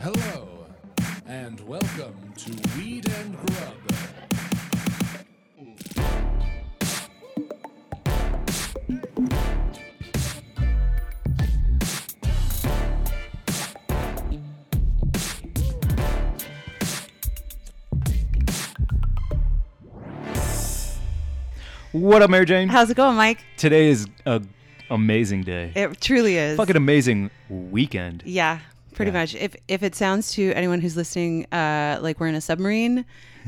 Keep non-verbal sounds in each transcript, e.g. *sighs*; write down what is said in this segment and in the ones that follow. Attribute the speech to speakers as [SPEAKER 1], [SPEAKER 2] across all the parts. [SPEAKER 1] Hello, and welcome to Weed and Grub.
[SPEAKER 2] What up, Mary Jane?
[SPEAKER 3] How's it going, Mike?
[SPEAKER 2] Today is a amazing day.
[SPEAKER 3] It truly is.
[SPEAKER 2] Fucking amazing weekend.
[SPEAKER 3] yeah, pretty
[SPEAKER 2] Yeah.
[SPEAKER 3] much. If if it sounds to anyone who's listening uh, like we're in
[SPEAKER 2] *laughs*
[SPEAKER 3] a submarine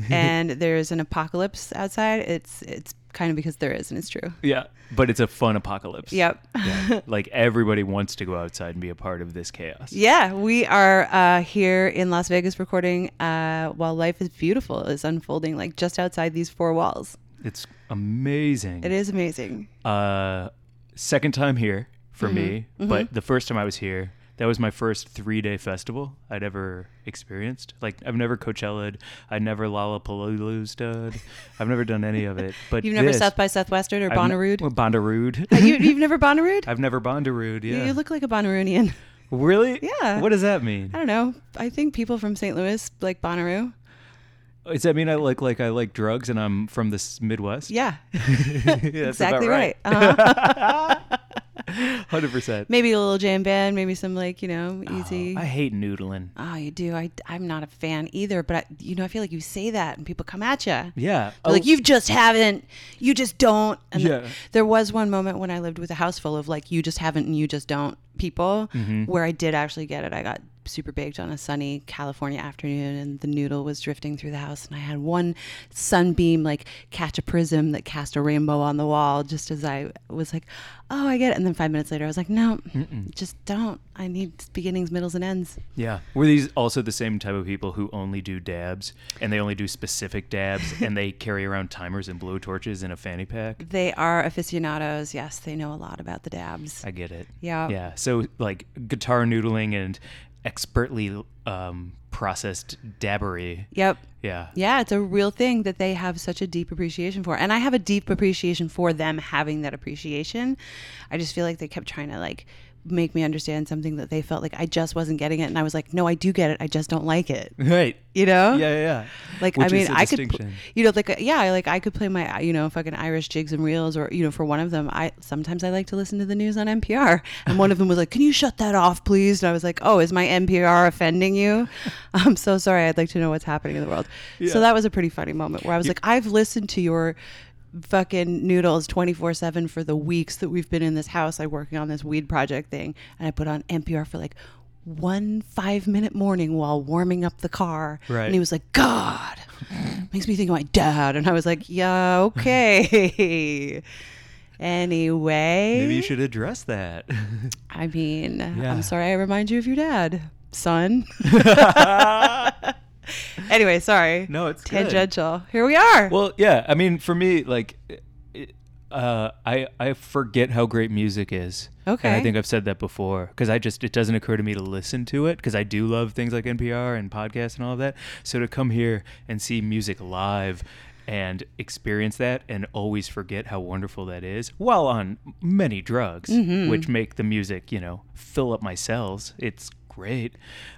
[SPEAKER 3] and there's an apocalypse outside, it's it's kind of because there is, and it's true.
[SPEAKER 2] Yeah, but it's a fun apocalypse.
[SPEAKER 3] Yep. *laughs*
[SPEAKER 2] Yeah. like everybody wants to go outside and be a part of this chaos.
[SPEAKER 3] Yeah, we are uh, here in Las Vegas recording uh, while life is beautiful is unfolding like just outside these four walls.
[SPEAKER 2] It's amazing.
[SPEAKER 3] It is amazing.
[SPEAKER 2] Uh, second time here for me,
[SPEAKER 3] Mm-hmm.
[SPEAKER 2] but the first time I was here, that was my first three-day festival I'd ever experienced. Like I've never Coachella'd, I never Lollapalooza'd, I've never done any of it. But
[SPEAKER 3] You've never
[SPEAKER 2] this,
[SPEAKER 3] South by Southwestern or
[SPEAKER 2] I've ne-
[SPEAKER 3] Bonnaroo?
[SPEAKER 2] Bonnarooed.
[SPEAKER 3] *laughs* you, you've never
[SPEAKER 2] *laughs*
[SPEAKER 3] Bonnarooed?
[SPEAKER 2] I've never Bonnarooed. *laughs* Yeah.
[SPEAKER 3] You look like a Bonnaroonian.
[SPEAKER 2] Really?
[SPEAKER 3] Yeah.
[SPEAKER 2] What does that mean?
[SPEAKER 3] *laughs* I don't know. I think people from St. Louis like Bonnaroo.
[SPEAKER 2] Does that mean I look like I like drugs and I'm from the s- Midwest?
[SPEAKER 3] Yeah,
[SPEAKER 2] *laughs* That's about
[SPEAKER 3] exactly right.
[SPEAKER 2] *laughs*
[SPEAKER 3] Uh-huh.
[SPEAKER 2] Hundred percent.
[SPEAKER 3] maybe a little jam band, maybe some like you know easy.
[SPEAKER 2] Oh, I hate noodling.
[SPEAKER 3] Oh, you do. I I'm not a fan either, but I, you know I feel like you say that and people come at you.
[SPEAKER 2] Yeah. Oh,
[SPEAKER 3] Like you just haven't, you just don't. And th-
[SPEAKER 2] Yeah.
[SPEAKER 3] there was one moment when I lived with a house full of like you just haven't and you just don't people,
[SPEAKER 2] Mm-hmm.
[SPEAKER 3] where I did actually get it. I got super baked on a sunny California afternoon, and the noodle was drifting through the house, and I had one sunbeam like catch a prism that cast a rainbow on the wall, just as I was like, oh, I get it. And then five minutes later, I was like, no, just don't. I need beginnings, middles, and ends.
[SPEAKER 2] Yeah. Were these also the same type of people who only do dabs and they only do specific dabs
[SPEAKER 3] *laughs*
[SPEAKER 2] and they carry around timers and blowtorches in a fanny pack?
[SPEAKER 3] They are aficionados. Yes, they know a lot about the dabs.
[SPEAKER 2] I get it.
[SPEAKER 3] Yeah.
[SPEAKER 2] Yeah. So like guitar noodling and expertly um, processed dabbery.
[SPEAKER 3] Yep.
[SPEAKER 2] Yeah.
[SPEAKER 3] Yeah, it's a real thing that they have such a deep appreciation for. And I have a deep appreciation for them having that appreciation. I just feel like they kept trying to like make me understand something that they felt like I just wasn't getting it and I was like, "No, I do get it. I just don't like it."
[SPEAKER 2] Right.
[SPEAKER 3] You know?
[SPEAKER 2] Yeah. Yeah.
[SPEAKER 3] Like
[SPEAKER 2] Which
[SPEAKER 3] I mean,
[SPEAKER 2] is a
[SPEAKER 3] I could pl-
[SPEAKER 2] distinction.
[SPEAKER 3] you know like uh, yeah, I, like I could play my uh, you know fucking Irish jigs and reels or you know for one of them I sometimes I like to listen to the news on NPR and one of them was like, "Can you shut that off, please?" And I was like, "Oh, is my NPR offending you? *laughs* I'm so sorry. I'd like to know what's happening in the world."
[SPEAKER 2] Yeah.
[SPEAKER 3] So that was a pretty funny moment where I was like, "I've listened to your fucking noodles 24/7 for the weeks that we've been in this house like working on this weed project thing and I put on NPR for like one five minute morning while warming up the car
[SPEAKER 2] Right.
[SPEAKER 3] and he was like, God, makes me think of my dad. And I was like, yeah, okay. *laughs* anyway,
[SPEAKER 2] Maybe you should address that. *laughs*
[SPEAKER 3] I mean,
[SPEAKER 2] Yeah.
[SPEAKER 3] I'm sorry I remind you of your dad,
[SPEAKER 2] *laughs*
[SPEAKER 3] son. *laughs* anyway, sorry.
[SPEAKER 2] No, it's good.
[SPEAKER 3] tangential. Here we are.
[SPEAKER 2] well, yeah. I mean, for me, like, it- uh, I I forget how great music is. And I
[SPEAKER 3] Okay.
[SPEAKER 2] think I've said that before because I just it doesn't occur to me to listen to it because I do love things like NPR and podcasts and all of that. So to come here and see music live and experience that and always forget how wonderful that is while on many drugs which make the music you know fill up my cells it's great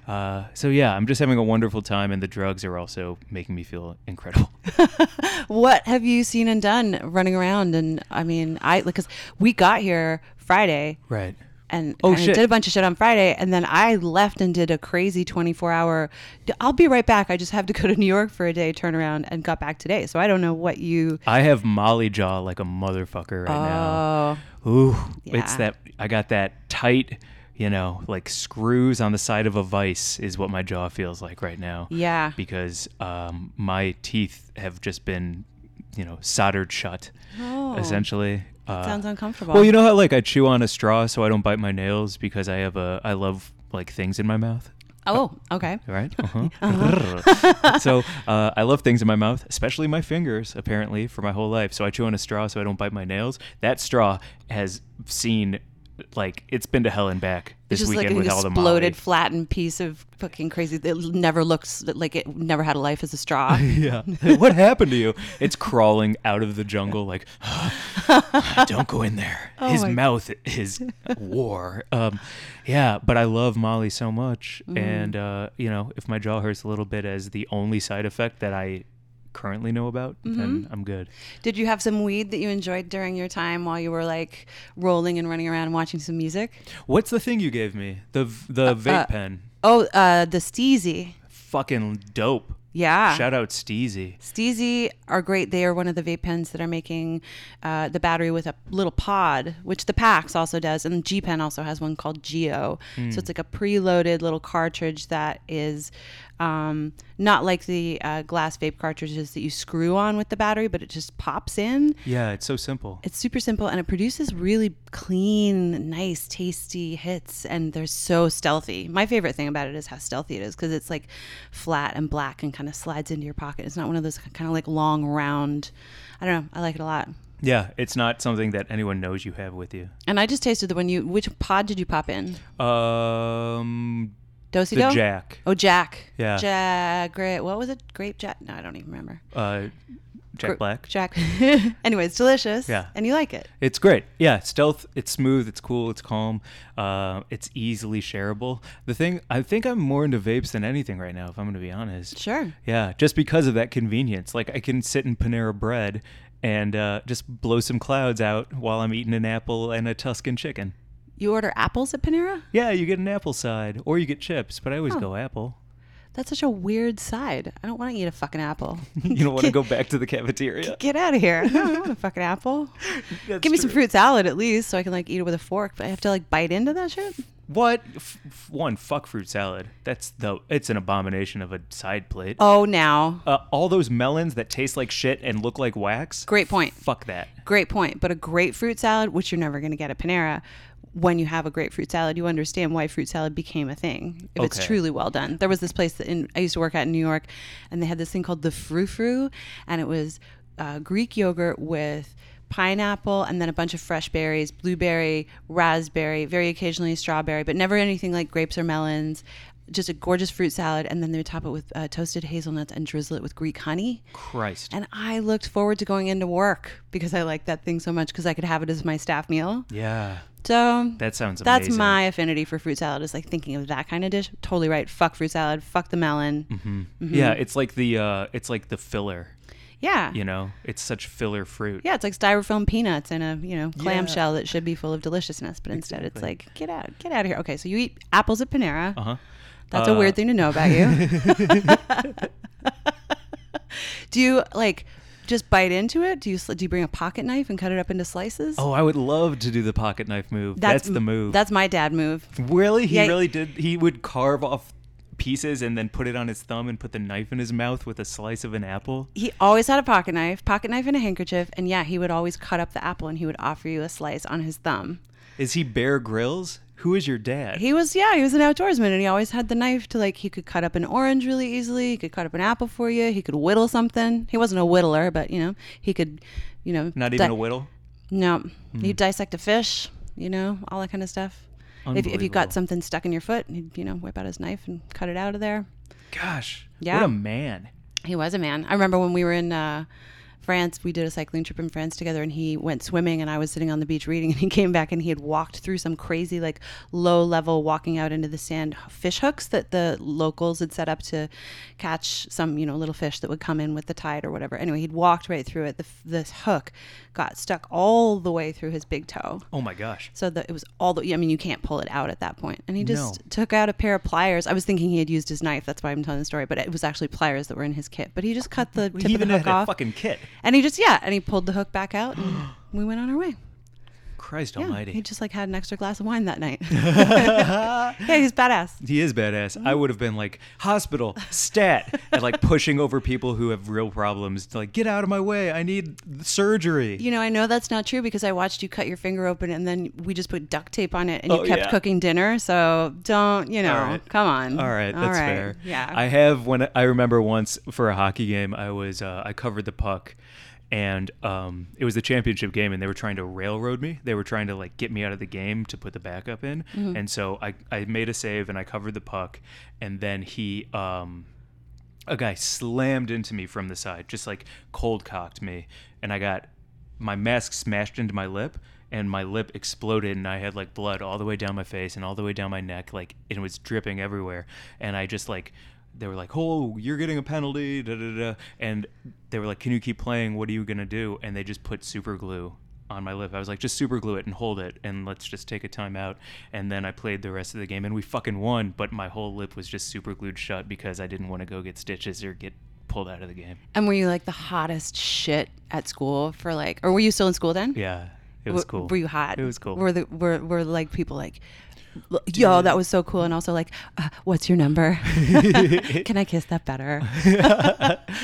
[SPEAKER 2] uh, so yeah i'm just having a wonderful time and the drugs are also making me feel incredible
[SPEAKER 3] what have you seen and done running around? And I mean, I, because we got here Friday
[SPEAKER 2] Right.
[SPEAKER 3] and
[SPEAKER 2] Oh,
[SPEAKER 3] kinda
[SPEAKER 2] shit.
[SPEAKER 3] did a bunch of shit on Friday, and then I left and did a crazy 24 hour. I'll be right back. I just have to go to New York for a day, turn around, and got back today. So I don't know what you.
[SPEAKER 2] I have Molly jaw like a motherfucker right
[SPEAKER 3] Oh,
[SPEAKER 2] now. Ooh, it's
[SPEAKER 3] Yeah.
[SPEAKER 2] that I got that tight, you know, like screws on the side of a vice is what my jaw feels like right now.
[SPEAKER 3] yeah.
[SPEAKER 2] Because um, my teeth have just been, you know, soldered shut,
[SPEAKER 3] Oh.
[SPEAKER 2] essentially. Uh,
[SPEAKER 3] Sounds uncomfortable.
[SPEAKER 2] well, you know how like I chew on a straw so I don't bite my nails because I have a I love like things in my mouth.
[SPEAKER 3] oh, okay.
[SPEAKER 2] right? *laughs*
[SPEAKER 3] *laughs*
[SPEAKER 2] Uh-huh. Brrr. so uh, I love things in my mouth, especially my fingers, apparently, for my whole life. So I chew on a straw so I don't bite my nails. That straw has seen like it's been to hell and back this
[SPEAKER 3] It's just
[SPEAKER 2] weekend
[SPEAKER 3] like an
[SPEAKER 2] with all the molly.
[SPEAKER 3] exploded, flattened piece of fucking crazy. It never looks like it never had a life as a
[SPEAKER 2] *laughs*
[SPEAKER 3] straw.
[SPEAKER 2] Yeah. what happened to you? It's crawling out of the jungle
[SPEAKER 3] *laughs*
[SPEAKER 2] like don't go in there. His
[SPEAKER 3] Oh my-
[SPEAKER 2] mouth is war. Um, yeah, but I love Molly so much
[SPEAKER 3] Mm-hmm.
[SPEAKER 2] and uh, you know, if my jaw hurts a little bit as the only side effect that I currently know about, then
[SPEAKER 3] Mm-hmm.
[SPEAKER 2] I'm good.
[SPEAKER 3] Did you have some weed that you enjoyed during your time while you were like rolling and running around and watching some music?
[SPEAKER 2] What's the thing you gave me? The v- the vape
[SPEAKER 3] uh,
[SPEAKER 2] pen.
[SPEAKER 3] Oh, uh, the Steezy.
[SPEAKER 2] Fucking dope.
[SPEAKER 3] Yeah.
[SPEAKER 2] Shout out Steezy.
[SPEAKER 3] Steezy are great. They are one of the vape pens that are making uh, the battery with a little pod, which the PAX also does, and G Pen also has one called Geo. So it's like a preloaded little cartridge that is um, not like the uh, glass vape cartridges that you screw on with the battery, but it just pops in.
[SPEAKER 2] Yeah, it's so simple.
[SPEAKER 3] It's super simple and it produces really clean, nice, tasty hits. And they're so stealthy. My favorite thing about it is how stealthy it is because it's like flat and black and kind of slides into your pocket. It's not one of those kind of like long, round. I don't know. I like it a lot.
[SPEAKER 2] Yeah, it's not something that anyone knows you have with you.
[SPEAKER 3] And I just tasted the one you, which pod did you pop in?
[SPEAKER 2] Um
[SPEAKER 3] Dosey
[SPEAKER 2] the Jack.
[SPEAKER 3] Oh, Jack.
[SPEAKER 2] Yeah.
[SPEAKER 3] Jack. Great. What was it? Grape Jack? No, I don't even remember.
[SPEAKER 2] Uh Jack
[SPEAKER 3] Gr-
[SPEAKER 2] Black.
[SPEAKER 3] Jack. *laughs* anyway, it's delicious.
[SPEAKER 2] Yeah.
[SPEAKER 3] And you like it.
[SPEAKER 2] It's great. Yeah, stealth. It's smooth. It's cool. It's calm. Uh, it's easily shareable. The thing I think I'm more into vapes than anything right now, if I'm going to be honest.
[SPEAKER 3] Sure.
[SPEAKER 2] Yeah, just because of that convenience. Like I can sit in Panera Bread and uh, just blow some clouds out while I'm eating an apple and a Tuscan chicken.
[SPEAKER 3] You order apples at Panera?
[SPEAKER 2] Yeah, you get an apple side or you get chips, but I always go apple.
[SPEAKER 3] That's such a weird side. I don't want to eat a fucking
[SPEAKER 2] *laughs*
[SPEAKER 3] apple.
[SPEAKER 2] You don't want to go back to the
[SPEAKER 3] *laughs*
[SPEAKER 2] cafeteria.
[SPEAKER 3] Get out of
[SPEAKER 2] *laughs*
[SPEAKER 3] here. I don't want a fucking apple.
[SPEAKER 2] That's
[SPEAKER 3] Give me some
[SPEAKER 2] true.
[SPEAKER 3] fruit salad at least so I can like eat it with a fork, but I have to like bite into that shit?
[SPEAKER 2] What? F- f- one, fuck fruit salad. That's the. It's an abomination of a side plate.
[SPEAKER 3] Oh, now.
[SPEAKER 2] uh, all those melons that taste like shit and look like wax.
[SPEAKER 3] Great point.
[SPEAKER 2] Fuck that.
[SPEAKER 3] Great point. But a grapefruit salad, which you're never going to get at Panera, when you have a grapefruit salad, you understand why fruit salad became a thing if it's
[SPEAKER 2] Okay.
[SPEAKER 3] truly well done. There was this place that in, I used to work at in New York, and they had this thing called the Frou Frou, and it was uh, Greek yogurt with pineapple and then a bunch of fresh berries, blueberry, raspberry, very occasionally strawberry, but never anything like grapes or melons. Just a gorgeous fruit salad, and then they would top it with uh, toasted hazelnuts and drizzle it with Greek honey.
[SPEAKER 2] Christ.
[SPEAKER 3] And I looked forward to going into work because I liked that thing so much because I could have it as my staff meal.
[SPEAKER 2] Yeah.
[SPEAKER 3] So
[SPEAKER 2] That sounds
[SPEAKER 3] that's
[SPEAKER 2] amazing.
[SPEAKER 3] my affinity for fruit salad is like thinking of that kind of dish. Totally right. Fuck fruit salad. Fuck the melon.
[SPEAKER 2] Mm-hmm. Yeah,
[SPEAKER 3] Mm-hmm.
[SPEAKER 2] it's like the uh it's like the filler,
[SPEAKER 3] Yeah.
[SPEAKER 2] you know? It's such filler fruit.
[SPEAKER 3] Yeah, it's like styrofoam peanuts in a you know clamshell that should be full of deliciousness, but instead it's
[SPEAKER 2] Exactly.
[SPEAKER 3] like get out, get out of here. Okay, so you eat apples at Panera.
[SPEAKER 2] Uh-huh.
[SPEAKER 3] That's a
[SPEAKER 2] Uh,
[SPEAKER 3] weird thing to know about you.
[SPEAKER 2] *laughs*
[SPEAKER 3] *laughs* do you like just bite into it? Do you sli- do you bring a pocket knife and cut it up into slices?
[SPEAKER 2] Oh, I would love to do the pocket knife move. That's, the move.
[SPEAKER 3] That's my dad move.
[SPEAKER 2] really he
[SPEAKER 3] Yeah.
[SPEAKER 2] really did he would carve off pieces and then put it on his thumb and put the knife in his mouth with a slice of an apple.
[SPEAKER 3] He always had a pocket knife, pocket knife and a handkerchief, and yeah, he would always cut up the apple and he would offer you a slice on his thumb.
[SPEAKER 2] Is he Bear Grylls? Who is your dad?
[SPEAKER 3] He was yeah, he was an outdoorsman and he always had the knife to like he could cut up an orange really easily, he could cut up an apple for you, he could whittle something. He wasn't a whittler, but you know, he could, you know,
[SPEAKER 2] Not even
[SPEAKER 3] di-
[SPEAKER 2] a Hmm. whittle.
[SPEAKER 3] No. He'd dissect a fish, you know, all that kind of stuff. If, if you
[SPEAKER 2] Unbelievable.
[SPEAKER 3] got something stuck in your foot, he'd, you know, whip out his knife and cut it out of there.
[SPEAKER 2] Gosh. What
[SPEAKER 3] Yeah.
[SPEAKER 2] a man.
[SPEAKER 3] He was a man. I remember when we were in uh, France, we did a cycling trip in France together, and he went swimming, and I was sitting on the beach reading, *laughs* and he came back and he had walked through some crazy, like low level, walking out into the sand fish hooks that the locals had set up to catch some, you know, little fish that would come in with the tide or whatever. Anyway, he'd walked right through it. The, f- this hook got stuck all the way through his big toe.
[SPEAKER 2] Oh my gosh.
[SPEAKER 3] So that it was all the. I mean, you can't pull it out at that point. And he just
[SPEAKER 2] No.
[SPEAKER 3] took out a pair of pliers. I was thinking he had used his knife. That's why I'm telling the story. But it was actually pliers that were in his kit. But he just cut the tip
[SPEAKER 2] he
[SPEAKER 3] of the
[SPEAKER 2] even
[SPEAKER 3] hook
[SPEAKER 2] had a
[SPEAKER 3] off.
[SPEAKER 2] fucking kit.
[SPEAKER 3] and he just yeah, and he pulled the hook back out, and
[SPEAKER 2] *gasps*
[SPEAKER 3] we went on our way.
[SPEAKER 2] Christ
[SPEAKER 3] Yeah,
[SPEAKER 2] almighty.
[SPEAKER 3] he just like had an extra glass of wine
[SPEAKER 2] *laughs*
[SPEAKER 3] that night. *laughs* yeah, he's badass.
[SPEAKER 2] He is badass. I would have been like hospital stat and *laughs* like pushing over people who have real problems to like get out of my way. I need surgery.
[SPEAKER 3] You know, I know that's not true because I watched you cut your finger open, and then we just put duct tape on it, and you
[SPEAKER 2] Oh,
[SPEAKER 3] kept
[SPEAKER 2] yeah.
[SPEAKER 3] cooking dinner. So don't, you know,
[SPEAKER 2] All right.
[SPEAKER 3] come on.
[SPEAKER 2] All right, that's fair.
[SPEAKER 3] Yeah.
[SPEAKER 2] I have when I remember once for a hockey game, I was uh, I covered the puck, and um, it was the championship game, and they were trying to railroad me. They were trying to like get me out of the game to put the backup in, and so I I made a save and I covered the puck, and then he um, a guy slammed into me from the side, just like cold cocked me, and I got my mask smashed into my lip and my lip exploded and I had like blood all the way down my face and all the way down my neck, like it was dripping everywhere. And I just like they were like, Oh, you're getting a penalty, da da da and they were like, Can you keep playing? What are you gonna do? And they just put super glue on my lip. I was like, just super glue it and hold it and let's just take a timeout. And then I played the rest of the game and we fucking won, but my whole lip was just super glued shut because I didn't want to go get stitches or get pulled out of the game.
[SPEAKER 3] And were you like the hottest shit at school for like, or were you still in school then?
[SPEAKER 2] Yeah. It was
[SPEAKER 3] Were-
[SPEAKER 2] cool.
[SPEAKER 3] Were you hot?
[SPEAKER 2] It was cool.
[SPEAKER 3] Were the were were like people like, "L- yo, that was so cool, and also like, uh, what's
[SPEAKER 2] *laughs*
[SPEAKER 3] your number? Can I kiss that better?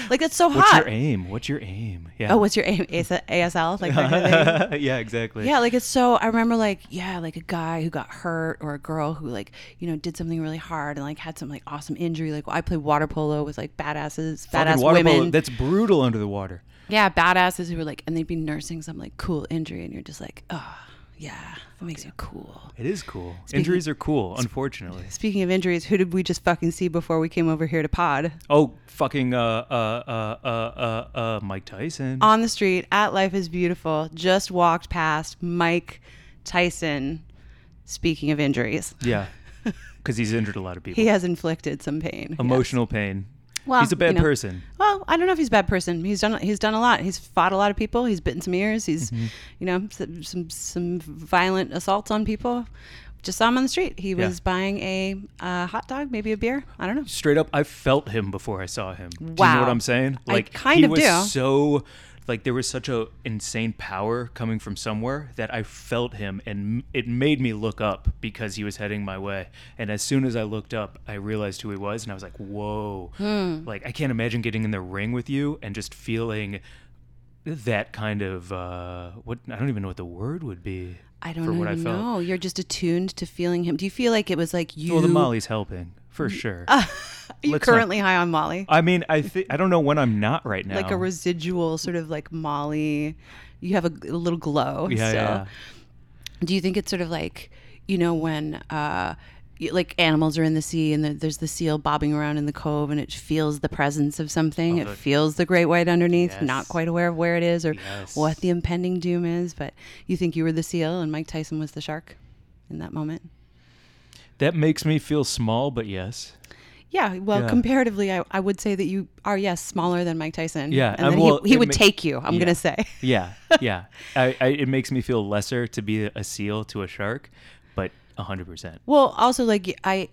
[SPEAKER 3] like that's so
[SPEAKER 2] What's
[SPEAKER 3] hot.
[SPEAKER 2] your aim? What's your aim? Yeah.
[SPEAKER 3] Oh, what's your aim? AS- ASL? Like
[SPEAKER 2] *laughs*
[SPEAKER 3] that kind of thing?
[SPEAKER 2] yeah, exactly.
[SPEAKER 3] Yeah, like it's so. I remember, like, yeah, like a guy who got hurt or a girl who, like, you know, did something really hard and, like, had some, like, awesome injury. Like, I played water polo with, like, badasses,
[SPEAKER 2] Fucking
[SPEAKER 3] badass
[SPEAKER 2] water
[SPEAKER 3] women.
[SPEAKER 2] polo- that's brutal under the water.
[SPEAKER 3] yeah, badasses who were, like, and they'd be nursing some, like, cool injury, and you're just like, oh, yeah, that makes you cool.
[SPEAKER 2] It is cool. Injuries are cool, unfortunately.
[SPEAKER 3] Speaking of injuries, who did we just fucking see before we came over here to pod?
[SPEAKER 2] Oh, fucking uh uh uh uh uh, uh Mike Tyson.
[SPEAKER 3] On the street at Life is Beautiful, just walked past Mike Tyson. Speaking of injuries,
[SPEAKER 2] yeah. Cuz he's injured a lot of people.
[SPEAKER 3] he has inflicted some pain. yes.
[SPEAKER 2] Emotional pain.
[SPEAKER 3] Well,
[SPEAKER 2] he's a bad
[SPEAKER 3] you know.
[SPEAKER 2] person.
[SPEAKER 3] Well, I don't know if he's a bad person. He's done he's done a lot. He's fought a lot of people. He's bitten some ears. He's
[SPEAKER 2] Mm-hmm.
[SPEAKER 3] you know some, some some violent assaults on people. Just saw him on the street. He
[SPEAKER 2] Yeah.
[SPEAKER 3] was buying a uh, hot dog, maybe a beer. I don't know.
[SPEAKER 2] Straight up, I felt him before I saw him. Do you know
[SPEAKER 3] Wow.
[SPEAKER 2] what I'm saying?
[SPEAKER 3] I
[SPEAKER 2] Like
[SPEAKER 3] kind
[SPEAKER 2] he
[SPEAKER 3] of
[SPEAKER 2] was
[SPEAKER 3] do.
[SPEAKER 2] so like there was such a insane power coming from somewhere that I felt him and m- it made me look up because he was heading my way. And as soon as I looked up, I realized who he was and I was like, "Whoa."
[SPEAKER 3] Hmm.
[SPEAKER 2] Like I can't imagine getting in the ring with you and just feeling that kind of uh what I don't even know what the word would be.
[SPEAKER 3] I don't
[SPEAKER 2] for
[SPEAKER 3] even
[SPEAKER 2] what I felt.
[SPEAKER 3] know. You're just attuned to feeling him. Do you feel like it was like you?
[SPEAKER 2] Well, the Molly's helping for sure.
[SPEAKER 3] Are you
[SPEAKER 2] let's not-
[SPEAKER 3] currently high on Molly?
[SPEAKER 2] I mean, I think I don't know when I'm not right now.
[SPEAKER 3] Like a residual sort of like Molly. You have a, g- a little glow.
[SPEAKER 2] yeah,
[SPEAKER 3] so.
[SPEAKER 2] yeah.
[SPEAKER 3] Do you think it's sort of like, you know, when uh, y- like animals are in the sea and the, there's the seal bobbing around in the cove and it feels the presence of something? it feels the great white underneath,
[SPEAKER 2] Oh, Yes.
[SPEAKER 3] not quite aware of where it is or
[SPEAKER 2] Yes.
[SPEAKER 3] what the impending doom is. But you think you were the seal and Mike Tyson was the shark in that moment?
[SPEAKER 2] That makes me feel small, but yes.
[SPEAKER 3] Yeah, well,
[SPEAKER 2] Yeah.
[SPEAKER 3] comparatively, I, I would say that you are, yes, smaller than Mike Tyson.
[SPEAKER 2] Yeah,
[SPEAKER 3] And
[SPEAKER 2] uh,
[SPEAKER 3] then
[SPEAKER 2] well,
[SPEAKER 3] he, he
[SPEAKER 2] it
[SPEAKER 3] would
[SPEAKER 2] ma-
[SPEAKER 3] take you, I'm
[SPEAKER 2] Yeah.
[SPEAKER 3] going to say. *laughs*
[SPEAKER 2] Yeah, yeah. I, I, it makes me feel lesser to be a seal to a shark, but 100%.
[SPEAKER 3] Well, also, like, I,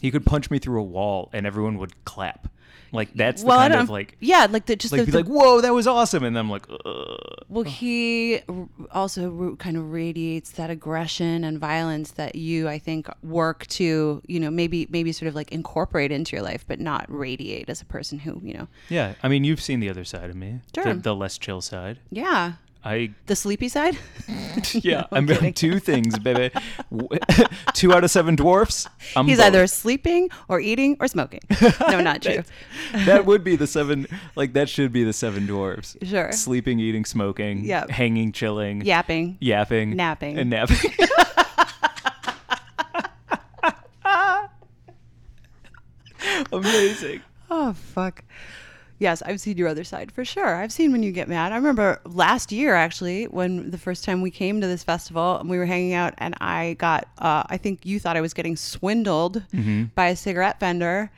[SPEAKER 2] He could punch me through a wall and everyone would clap. Like, that's
[SPEAKER 3] well,
[SPEAKER 2] the
[SPEAKER 3] I
[SPEAKER 2] kind
[SPEAKER 3] don't,
[SPEAKER 2] of
[SPEAKER 3] *laughs*
[SPEAKER 2] like,
[SPEAKER 3] yeah, like, the, just
[SPEAKER 2] like,
[SPEAKER 3] the,
[SPEAKER 2] be
[SPEAKER 3] the
[SPEAKER 2] like, whoa, that was awesome. And then I'm like, Ugh.
[SPEAKER 3] Well, he r- also r- kind of radiates that aggression and violence that you, I think, work to, you know, maybe maybe sort of like incorporate into your life, but not radiate as a person who, you know,
[SPEAKER 2] yeah. I mean, you've seen the other side of me, the-
[SPEAKER 3] Sure.
[SPEAKER 2] the, less chill side.
[SPEAKER 3] yeah, *laughs*
[SPEAKER 2] I,
[SPEAKER 3] the sleepy side.
[SPEAKER 2] yeah, I'm, I'm two things,
[SPEAKER 3] *laughs*
[SPEAKER 2] baby. W- *laughs* two out of seven dwarfs. I'm
[SPEAKER 3] He's
[SPEAKER 2] both.
[SPEAKER 3] either sleeping or eating
[SPEAKER 2] *laughs*
[SPEAKER 3] or smoking. No, not true.
[SPEAKER 2] that would be the seven like that should be the seven dwarves
[SPEAKER 3] Sure.
[SPEAKER 2] sleeping eating smoking
[SPEAKER 3] Yep.
[SPEAKER 2] hanging chilling
[SPEAKER 3] Yapping.
[SPEAKER 2] yapping
[SPEAKER 3] Napping.
[SPEAKER 2] and
[SPEAKER 3] *laughs*
[SPEAKER 2] napping amazing
[SPEAKER 3] Oh fuck. Yes, I've seen your other side for sure. I've seen when you get mad. I remember last year actually when the first time we came to this festival and we were hanging out and I got uh, I think you thought I was getting swindled
[SPEAKER 2] Mm-hmm.
[SPEAKER 3] by a cigarette vendor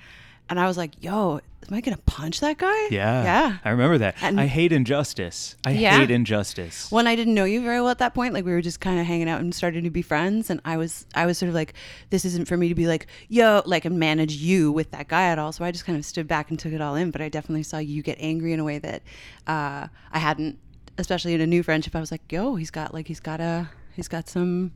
[SPEAKER 3] and I was like, "Yo, am I going to punch that guy?"
[SPEAKER 2] yeah
[SPEAKER 3] Yeah.
[SPEAKER 2] i remember that
[SPEAKER 3] And-
[SPEAKER 2] i hate injustice i
[SPEAKER 3] Yeah.
[SPEAKER 2] hate injustice
[SPEAKER 3] when I didn't know you very well at that point, like we were just kind of hanging out and starting to be friends, and I was I was sort of like, this isn't for me to be like, yo, like and manage you with that guy at all. So I just kind of stood back and took it all in. But I definitely saw you get angry in a way that uh, I hadn't, especially in a new friendship. I was like, yo, he's got like he's got a he's got some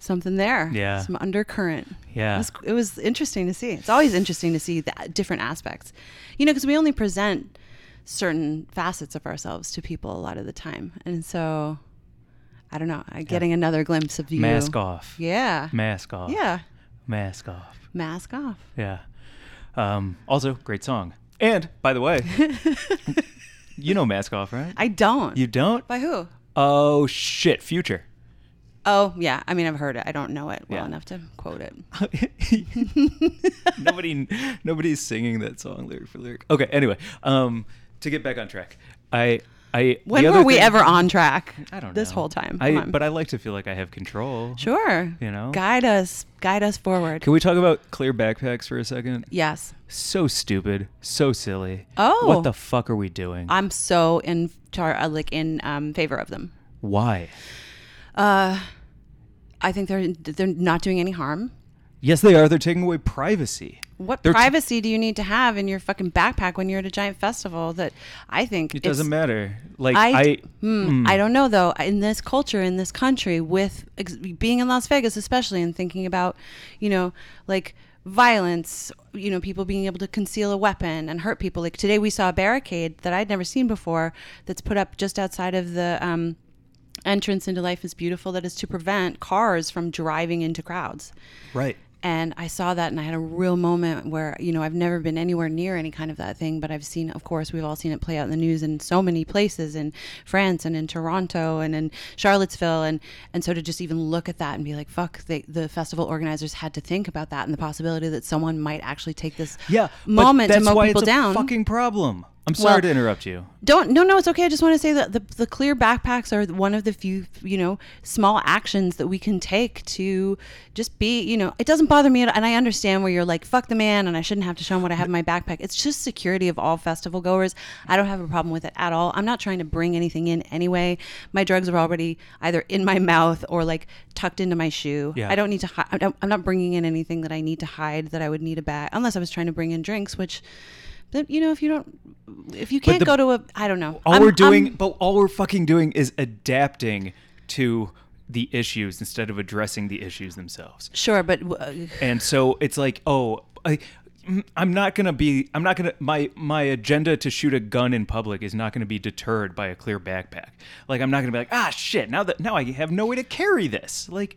[SPEAKER 3] something there,
[SPEAKER 2] Yeah.
[SPEAKER 3] some undercurrent.
[SPEAKER 2] Yeah.
[SPEAKER 3] It was, it was interesting to see. It's always interesting to see the uh, different aspects, you know, because we only present certain facets of ourselves to people a lot of the time, and so I don't know, I- getting another glimpse of you.
[SPEAKER 2] mask off
[SPEAKER 3] Yeah.
[SPEAKER 2] mask off
[SPEAKER 3] yeah.
[SPEAKER 2] mask off
[SPEAKER 3] Mask off. *laughs*
[SPEAKER 2] Yeah. Um, also, great song. And by the way, You know Mask Off, right?
[SPEAKER 3] I don't.
[SPEAKER 2] you don't?
[SPEAKER 3] By who?
[SPEAKER 2] Oh shit,
[SPEAKER 3] *laughs*
[SPEAKER 2] Future.
[SPEAKER 3] Oh, yeah. I mean, I've heard it. I don't know it well
[SPEAKER 2] Yeah.
[SPEAKER 3] enough to quote it.
[SPEAKER 2] nobody nobody's singing that song lyric for lyric. Okay, anyway, um to get back on track. I I
[SPEAKER 3] When
[SPEAKER 2] the
[SPEAKER 3] were
[SPEAKER 2] other
[SPEAKER 3] we
[SPEAKER 2] thing-
[SPEAKER 3] ever on track?
[SPEAKER 2] I don't know.
[SPEAKER 3] This whole time. Come
[SPEAKER 2] I
[SPEAKER 3] on.
[SPEAKER 2] but I like to feel like I have control.
[SPEAKER 3] sure.
[SPEAKER 2] you know?
[SPEAKER 3] Guide us. Guide us forward.
[SPEAKER 2] Can we talk about clear backpacks for a second?
[SPEAKER 3] yes.
[SPEAKER 2] So stupid, so silly.
[SPEAKER 3] Oh.
[SPEAKER 2] What the fuck are we doing?
[SPEAKER 3] I'm so in tar- uh, like in um, favor of them.
[SPEAKER 2] Why?
[SPEAKER 3] Uh, I think they're they're not doing any harm.
[SPEAKER 2] Yes, they are. They're taking away privacy.
[SPEAKER 3] What
[SPEAKER 2] They're t-
[SPEAKER 3] privacy do you need to have in your fucking backpack when you're at a giant festival? That I think
[SPEAKER 2] It doesn't matter. Like I,
[SPEAKER 3] I, hmm, I don't know though. In this culture, in this country, with ex- being in Las Vegas, especially, and thinking about, you know, like violence, you know, people being able to conceal a weapon and hurt people. Like today, we saw a barricade that I'd never seen before that's put up just outside of the um, entrance into Life is Beautiful that is to prevent cars from driving into crowds.
[SPEAKER 2] right.
[SPEAKER 3] And I saw that and I had a real moment where, you know, I've never been anywhere near any kind of that thing, but I've seen, of course, we've all seen it play out in the news in so many places in France and in Toronto and in Charlottesville. And, and so to just even look at that and be like, fuck, they, the festival organizers had to think about that and the possibility that someone might actually take this
[SPEAKER 2] Yeah. but
[SPEAKER 3] moment to
[SPEAKER 2] that's
[SPEAKER 3] mow
[SPEAKER 2] why
[SPEAKER 3] people
[SPEAKER 2] it's a
[SPEAKER 3] down.
[SPEAKER 2] Fucking problem. I'm sorry
[SPEAKER 3] Well-
[SPEAKER 2] to interrupt you.
[SPEAKER 3] Don't no no it's okay. I just want to say that the, the clear backpacks are one of the few you know small actions that we can take to just be you know it doesn't bother me at- and I understand where you're like fuck the man and I shouldn't have to show him what I have in my backpack. It's just security of all festival goers. I don't have a problem with it at all. I'm not trying to bring anything in anyway. My drugs are already either in my *laughs* mouth or like tucked into my shoe.
[SPEAKER 2] Yeah.
[SPEAKER 3] I don't need to. Hi- I don't- I'm not bringing in anything that I need to hide that I would need a bag unless I was trying to bring in drinks, which. But you know, if you don't, if you can't
[SPEAKER 2] the-
[SPEAKER 3] go to a, I don't know.
[SPEAKER 2] All
[SPEAKER 3] I'm-
[SPEAKER 2] we're doing,
[SPEAKER 3] I'm-
[SPEAKER 2] but all we're fucking doing is adapting to the issues instead of addressing the issues themselves.
[SPEAKER 3] sure, but uh,
[SPEAKER 2] And so it's like, oh, I, mm, I'm not gonna be, I'm not gonna, my my agenda to shoot a gun in public is not gonna be deterred by a clear backpack. Like I'm not gonna be like, ah, shit, now that now I have no way to carry this. Like,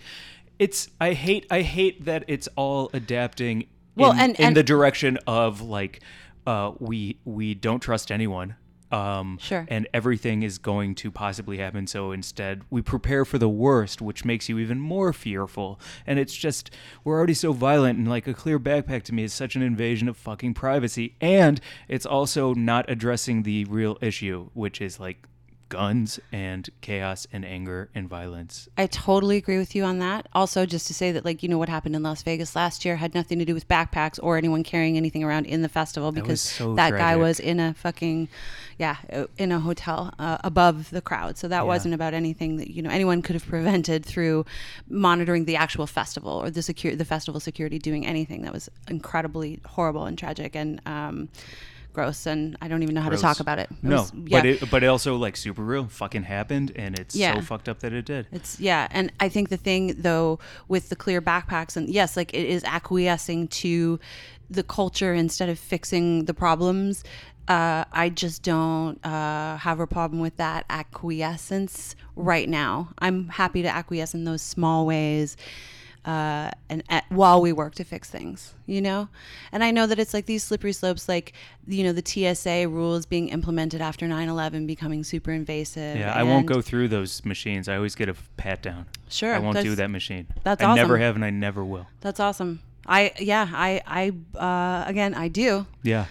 [SPEAKER 2] it's I hate I hate that it's all adapting.
[SPEAKER 3] Well,
[SPEAKER 2] in,
[SPEAKER 3] and-
[SPEAKER 2] in
[SPEAKER 3] and-
[SPEAKER 2] the direction of like, uh, we we don't trust anyone. Um,
[SPEAKER 3] Sure.
[SPEAKER 2] And everything is going to possibly happen. So instead, we prepare for the worst, which makes you even more fearful. And it's just, we're already so violent. And like a clear backpack to me is such an invasion of fucking privacy. And it's also not addressing the real issue, which is like guns and chaos and anger and violence.
[SPEAKER 3] I totally agree with you on that. Also, just to say that, like, you know, what happened in Las Vegas last year had nothing to do with backpacks or anyone carrying anything around in the festival because
[SPEAKER 2] was so
[SPEAKER 3] that guy
[SPEAKER 2] tragic.
[SPEAKER 3] was in a fucking, yeah, uh, in a hotel uh, above the crowd. So that wasn't about anything that you know anyone could have prevented through monitoring the actual festival or the secure the festival security doing anything. That was incredibly horrible and tragic and. Um, Gross, and I don't even know how to talk about it. It
[SPEAKER 2] no,
[SPEAKER 3] was- yeah.
[SPEAKER 2] but it, but it also like super real fucking happened, and it's
[SPEAKER 3] Yeah.
[SPEAKER 2] so fucked up that it did.
[SPEAKER 3] It's yeah, and I think the thing though with the clear backpacks and yes, like it is acquiescing to the culture instead of fixing the problems. Uh, I just don't uh, have a problem with that acquiescence right now. I'm happy to acquiesce in those small ways uh, and at, while we work to fix things, you know. And I know that it's like these slippery slopes, like you know the TSA rules being implemented after 9/11 becoming super invasive.
[SPEAKER 2] Yeah, I won't
[SPEAKER 3] and-
[SPEAKER 2] go through those machines. I always get a f- pat down.
[SPEAKER 3] Sure,
[SPEAKER 2] I won't do
[SPEAKER 3] that's-
[SPEAKER 2] that machine.
[SPEAKER 3] that's
[SPEAKER 2] I never
[SPEAKER 3] awesome.
[SPEAKER 2] have, and I never will.
[SPEAKER 3] That's awesome. I yeah, I I uh, again I do,
[SPEAKER 2] Yeah,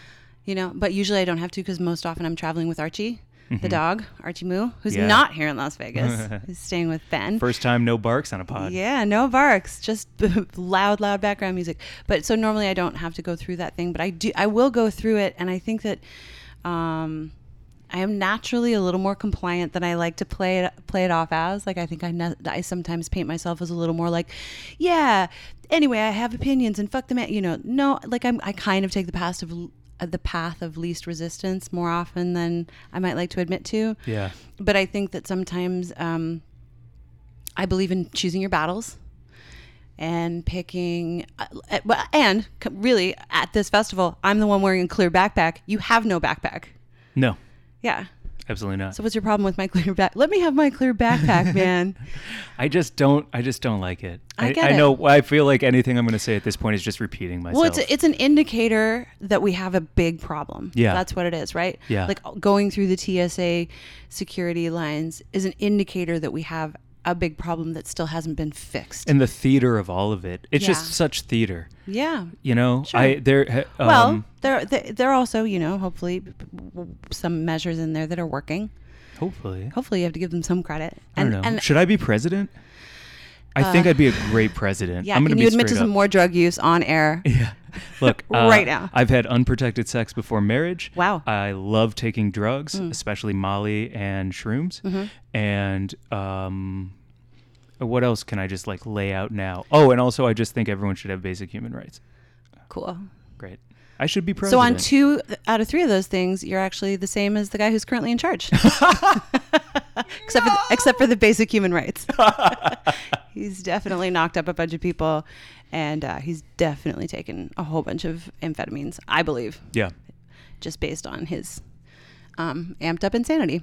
[SPEAKER 3] you know, but usually I don't have to because most often I'm traveling with Archie, the dog, Archie Moo, who's
[SPEAKER 2] Yeah.
[SPEAKER 3] not here in Las Vegas. He's staying with Ben.
[SPEAKER 2] first time no barks on a pod.
[SPEAKER 3] yeah, no barks, just *laughs* loud, loud background music. But so normally I don't have to go through that thing, but I do. I will go through it, and I think that um, I am naturally a little more compliant than I like to play it play it off as. Like I think I ne- I sometimes paint myself as a little more like, yeah. Anyway, I have opinions and fuck the man. You know, no. Like I'm, I kind of take the path of l- uh, the path of least resistance more often than I might like to admit to.
[SPEAKER 2] Yeah.
[SPEAKER 3] But I think that sometimes um, I believe in choosing your battles and picking uh, uh, well, and c- really at this festival i'm the one wearing a clear backpack you have no backpack
[SPEAKER 2] No,
[SPEAKER 3] yeah
[SPEAKER 2] Absolutely not.
[SPEAKER 3] So what's your problem with my *laughs* clear back? Let me have my
[SPEAKER 2] *laughs*
[SPEAKER 3] clear backpack, man.
[SPEAKER 2] I just don't. I just don't like it.
[SPEAKER 3] I get
[SPEAKER 2] I
[SPEAKER 3] it.
[SPEAKER 2] know. I feel like anything I'm going to say at this point is just repeating myself.
[SPEAKER 3] well, it's it's an indicator that we have a big problem.
[SPEAKER 2] Yeah.
[SPEAKER 3] that's what it is, right?
[SPEAKER 2] Yeah.
[SPEAKER 3] like going through the TSA security lines is an indicator that we have a big problem that still hasn't been fixed.
[SPEAKER 2] and the theater of all of it. It's
[SPEAKER 3] Yeah.
[SPEAKER 2] just such theater.
[SPEAKER 3] yeah.
[SPEAKER 2] You know.
[SPEAKER 3] Sure.
[SPEAKER 2] I there. Um,
[SPEAKER 3] Well, there there there are also, you know, hopefully b- b- some measures in there that are working.
[SPEAKER 2] hopefully.
[SPEAKER 3] Hopefully, you have to give them some credit.
[SPEAKER 2] I don't
[SPEAKER 3] And
[SPEAKER 2] know.
[SPEAKER 3] and Uh,
[SPEAKER 2] Should I be president? I think I'd be a great president.
[SPEAKER 3] yeah,
[SPEAKER 2] I'm gonna
[SPEAKER 3] can
[SPEAKER 2] be
[SPEAKER 3] you admit to
[SPEAKER 2] straight
[SPEAKER 3] some
[SPEAKER 2] up.
[SPEAKER 3] more drug use on air?
[SPEAKER 2] *laughs* Yeah. Look, uh,
[SPEAKER 3] *laughs* Right now.
[SPEAKER 2] I've had unprotected sex before marriage.
[SPEAKER 3] Wow. Mm.
[SPEAKER 2] I love taking drugs, especially Molly and shrooms.
[SPEAKER 3] Mm-hmm.
[SPEAKER 2] And um, what else can I just like lay out now? Oh, and also, I just think everyone should have basic human rights.
[SPEAKER 3] Cool.
[SPEAKER 2] Great. I should be
[SPEAKER 3] So
[SPEAKER 2] president.
[SPEAKER 3] on two out of three of those things, you're actually the same as the guy who's currently in
[SPEAKER 2] *laughs*
[SPEAKER 3] charge, *laughs* except for, except for the basic human rights. *laughs* he's definitely knocked up a bunch of people, and uh, he's definitely taken a whole bunch of amphetamines. I believe.
[SPEAKER 2] Yeah.
[SPEAKER 3] just based on his um, amped up insanity.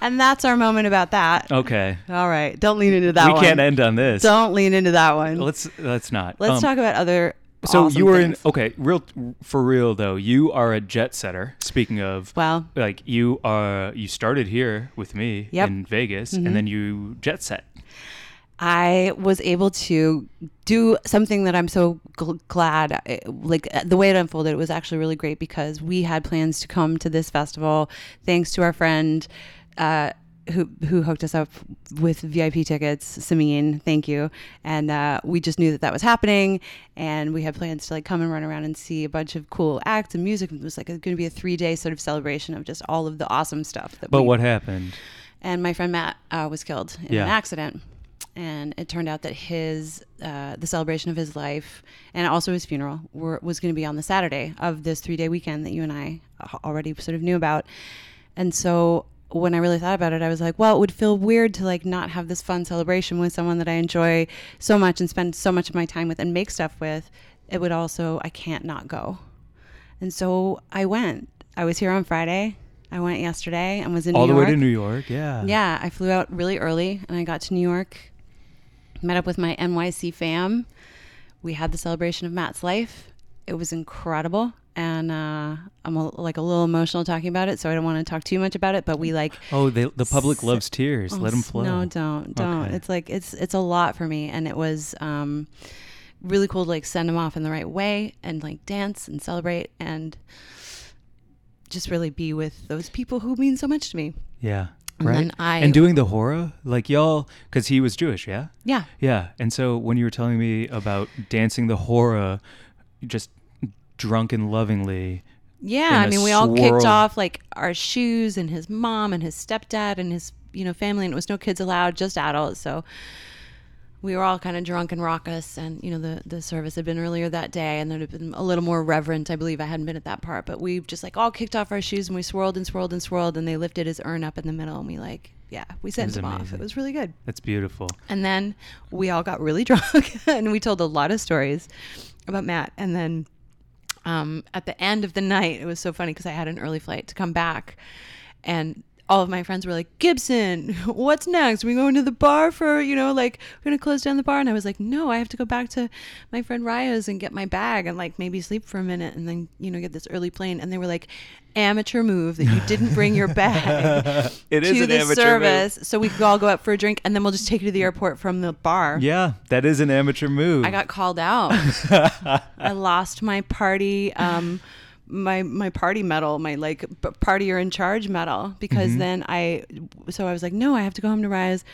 [SPEAKER 3] And that's our moment about that.
[SPEAKER 2] Okay.
[SPEAKER 3] All right, don't lean into that
[SPEAKER 2] Oh. we
[SPEAKER 3] one.
[SPEAKER 2] can't end on this.
[SPEAKER 3] Don't lean into that one. Let's,
[SPEAKER 2] Let's let's not. Um,
[SPEAKER 3] talk about other.
[SPEAKER 2] So
[SPEAKER 3] awesome
[SPEAKER 2] you were
[SPEAKER 3] things.
[SPEAKER 2] in okay, real for real though. You are a jet setter. Speaking of,
[SPEAKER 3] Wow.
[SPEAKER 2] like you are, you started here with me
[SPEAKER 3] Yep. Mm-hmm.
[SPEAKER 2] in Vegas, and then you jet set.
[SPEAKER 3] I was able to do something that I'm so gl- glad. I- Like uh, the way it unfolded, it was actually really great because we had plans to come to this festival thanks to our friend uh, who who hooked us up with VIP tickets, Samin. Thank you. And uh, we just knew that that was happening, and we had plans to like come and run around and see a bunch of cool acts and music. It was like going to be a three day sort of celebration of just all of the awesome stuff. That
[SPEAKER 2] But
[SPEAKER 3] we
[SPEAKER 2] what happened?
[SPEAKER 3] and my friend Matt uh, was killed in
[SPEAKER 2] Yeah.
[SPEAKER 3] an accident. And it turned out that his, uh, the celebration of his life and also his funeral were, was going to be on the Saturday of this three day weekend that you and I a- already sort of knew about. And so when I really thought about it, I was like, well, it would feel weird to like not have this fun celebration with someone that I enjoy so much and spend so much of my time with and make stuff with. It would also, I can't not go. And so I went. I was here on Friday. I went yesterday and was in
[SPEAKER 2] All
[SPEAKER 3] New
[SPEAKER 2] the way
[SPEAKER 3] York.
[SPEAKER 2] to New York. Yeah.
[SPEAKER 3] Yeah, I flew out really early and I got to New York, met up with my NYC fam. We had the celebration of Matt's life. It was incredible. And uh, I'm a, like a little emotional talking about it, so I don't want to talk too much about it. But we like
[SPEAKER 2] Oh, they, the public loves tears. Let them
[SPEAKER 3] oh, s-
[SPEAKER 2] flow.
[SPEAKER 3] No, don't, don't.
[SPEAKER 2] Okay.
[SPEAKER 3] It's like it's it's a lot for me, and it was um, really cool to like send him off in the right way and like dance and celebrate and just really be with those people who mean so much to me.
[SPEAKER 2] Yeah.
[SPEAKER 3] And
[SPEAKER 2] Right.
[SPEAKER 3] then I-
[SPEAKER 2] and doing the horror, like y'all, because he was Jewish. Yeah.
[SPEAKER 3] Yeah,
[SPEAKER 2] Yeah. And so when you were telling me about dancing the horror, just drunk and lovingly.
[SPEAKER 3] Yeah,
[SPEAKER 2] in
[SPEAKER 3] I
[SPEAKER 2] a
[SPEAKER 3] mean, we all kicked
[SPEAKER 2] swirl.
[SPEAKER 3] off like our shoes and his mom and his stepdad and his you know family, and it was no kids allowed, just adults. So we were all kind of drunk and raucous, and you know the the service had been earlier that day, and there'd have been a little more reverent, I believe. I hadn't been at that part, but we just like all kicked off our shoes and we swirled and swirled and swirled, and they lifted his urn up in the middle, and we like yeah, we sent
[SPEAKER 2] was
[SPEAKER 3] him off.
[SPEAKER 2] amazing.
[SPEAKER 3] It was really good.
[SPEAKER 2] That's beautiful.
[SPEAKER 3] And then we all got really *laughs* drunk and we told a lot of stories about Matt. And then um, at the end of the night, it was so funny because I had an early flight to come back. And all of my friends were like, Gibson, *laughs* what's next? we going to the bar for, you know, like, we're going to close down the bar. And I was like, no, I have to go back to my friend Raya's and get my bag and, like, maybe sleep for a minute and then, you know, get this early plane. And they were like, amateur move that you didn't bring your bag
[SPEAKER 2] It
[SPEAKER 3] to the service so we could all go out for a drink and then we'll just take you to the airport from the bar.
[SPEAKER 2] Yeah, that is an amateur move.
[SPEAKER 3] I got called out. I lost my party um my my party medal, my like p- party you're in charge medal because then I so I was like, "No, I have to go home to Rise."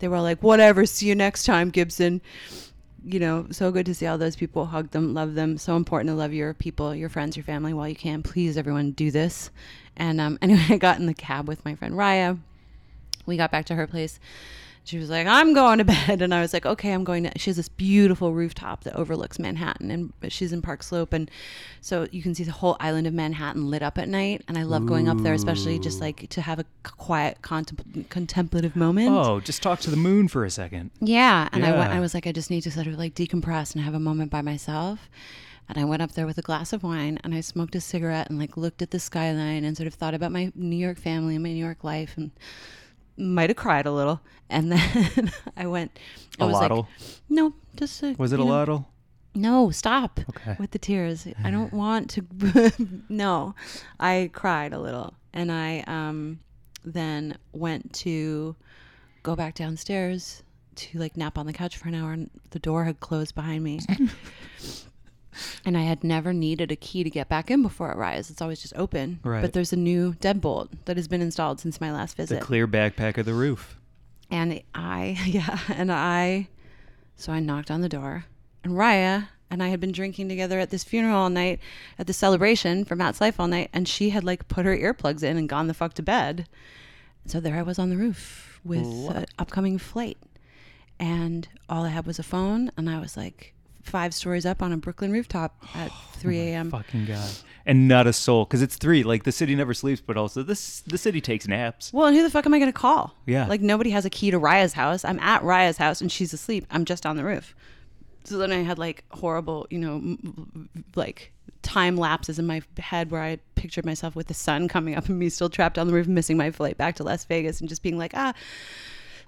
[SPEAKER 3] They were all like, "Whatever, see you next time, Gibson." You know, so good to see all those people. Hug them, love them. So important to love your people, your friends, your family while you can. Please, everyone, do this. And um, *laughs* anyway, I got in the cab with my friend Raya we got back to her place she was like i'm going to *laughs* bed and i was like okay i'm going to she has this beautiful rooftop that overlooks manhattan and she's in park slope and so you can see the whole island of manhattan lit up at night and i love going up there especially just like to have a quiet contempl- contemplative moment
[SPEAKER 2] Oh, just talk to the moon for a second.
[SPEAKER 3] yeah. And I went,
[SPEAKER 2] Yeah.
[SPEAKER 3] I was like, I just need to sort of like decompress and have a moment by myself. And I went up there with a glass of wine and I smoked a cigarette and like looked at the skyline and sort of thought about my New York family and my New York life and might have cried a little. And *laughs* then I went. I
[SPEAKER 2] A
[SPEAKER 3] was like,
[SPEAKER 2] lottle?
[SPEAKER 3] no, just a,
[SPEAKER 2] Was it a
[SPEAKER 3] you know,
[SPEAKER 2] lottle?
[SPEAKER 3] no, stop
[SPEAKER 2] Okay.
[SPEAKER 3] with the tears.
[SPEAKER 2] *sighs*
[SPEAKER 3] I don't want to. *laughs* no, I cried a little, and I um, then went to go back downstairs to like nap on the couch for an hour, and the door had closed
[SPEAKER 2] *laughs*
[SPEAKER 3] behind me. and I had never needed a key to get back in before it rise. It's always just open.
[SPEAKER 2] Right.
[SPEAKER 3] But there's a new deadbolt that has been installed since my last
[SPEAKER 2] The
[SPEAKER 3] visit
[SPEAKER 2] clear backpack of the roof.
[SPEAKER 3] and I, *laughs* yeah, and I, so I knocked on the door, and Raya and I had been drinking together at this funeral all night, at the celebration for Matt's life all night, and she had like put her earplugs in and gone the fuck to bed. So there I was on the roof with an upcoming flight, and all I had was a phone, and I was like five stories up on a Brooklyn rooftop at 3 a.m.
[SPEAKER 2] Fucking god. And not a soul, because it's three. Like the city never sleeps, but also this the city takes naps.
[SPEAKER 3] Well, and who the fuck am I going to call?
[SPEAKER 2] Yeah.
[SPEAKER 3] Like nobody has a key to Raya's house. I'm at Raya's house and she's asleep. I'm just on the roof. So then I had like horrible, you know, m- m- like time lapses in my head where I pictured myself with the sun coming up and me still trapped on the roof, missing my flight back to Las Vegas and just being like, ah.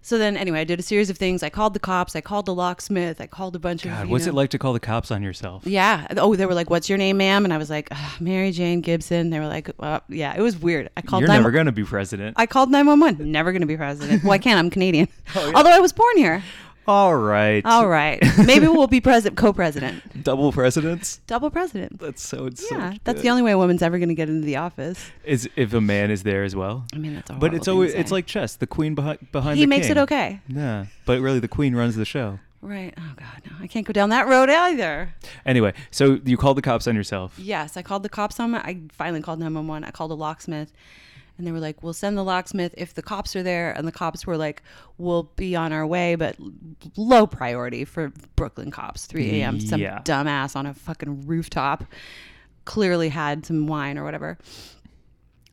[SPEAKER 3] So then anyway, I did a series of things. I called the cops. I called the locksmith. I called a bunch of.
[SPEAKER 2] God,
[SPEAKER 3] you
[SPEAKER 2] what's
[SPEAKER 3] know-
[SPEAKER 2] it like to call the cops on yourself?
[SPEAKER 3] yeah. Oh, they were like, "What's your name, ma'am?" And I was like, "Ah, "Mary Jane Gibson." They were like, well, "Yeah." It was weird. I called.
[SPEAKER 2] You're
[SPEAKER 3] nine-
[SPEAKER 2] never gonna be president.
[SPEAKER 3] I called 911. Never going to be president. Well, I can't. I'm *laughs* Canadian. Although I was born here.
[SPEAKER 2] All right.
[SPEAKER 3] All *laughs* right. Maybe we'll be president, co-president,
[SPEAKER 2] Double presidents?
[SPEAKER 3] double president.
[SPEAKER 2] That's so it's so
[SPEAKER 3] Yeah,
[SPEAKER 2] good.
[SPEAKER 3] that's the only way a woman's ever going to get into the office.
[SPEAKER 2] is if a man is there as well.
[SPEAKER 3] I mean, that's a
[SPEAKER 2] But it's
[SPEAKER 3] horrible thing
[SPEAKER 2] always
[SPEAKER 3] to
[SPEAKER 2] it's
[SPEAKER 3] say.
[SPEAKER 2] like chess. The queen behind behind
[SPEAKER 3] He
[SPEAKER 2] the
[SPEAKER 3] makes it
[SPEAKER 2] king.
[SPEAKER 3] okay.
[SPEAKER 2] Yeah, but really the queen runs the show.
[SPEAKER 3] Right. Oh God, no, I can't go down that road either.
[SPEAKER 2] Anyway, so you called the cops on yourself.
[SPEAKER 3] Yes, I called the cops on my. I finally called 911. I called a locksmith, and they were like, "We'll send the locksmith if the cops are there." And the cops were like, "We'll be on our way, but l- low priority for Brooklyn cops. 3 a.m. Some
[SPEAKER 2] Yeah.
[SPEAKER 3] dumbass on a fucking rooftop clearly had some wine or whatever."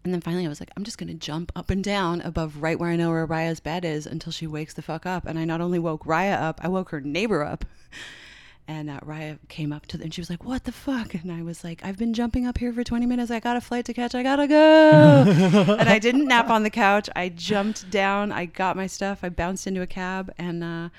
[SPEAKER 3] And then finally, I was like, I'm just going to jump up and down above right where I know where Raya's bed is until she wakes the fuck up. And I not only woke Raya up, I woke her neighbor up. *laughs* And uh, Raya came up to the, and she was like, What the fuck? And I was like, I've been jumping up here for 20 minutes. I got a flight to catch. I got to go. and I didn't nap on the couch. I jumped down. I got my stuff. I bounced into a cab and uh,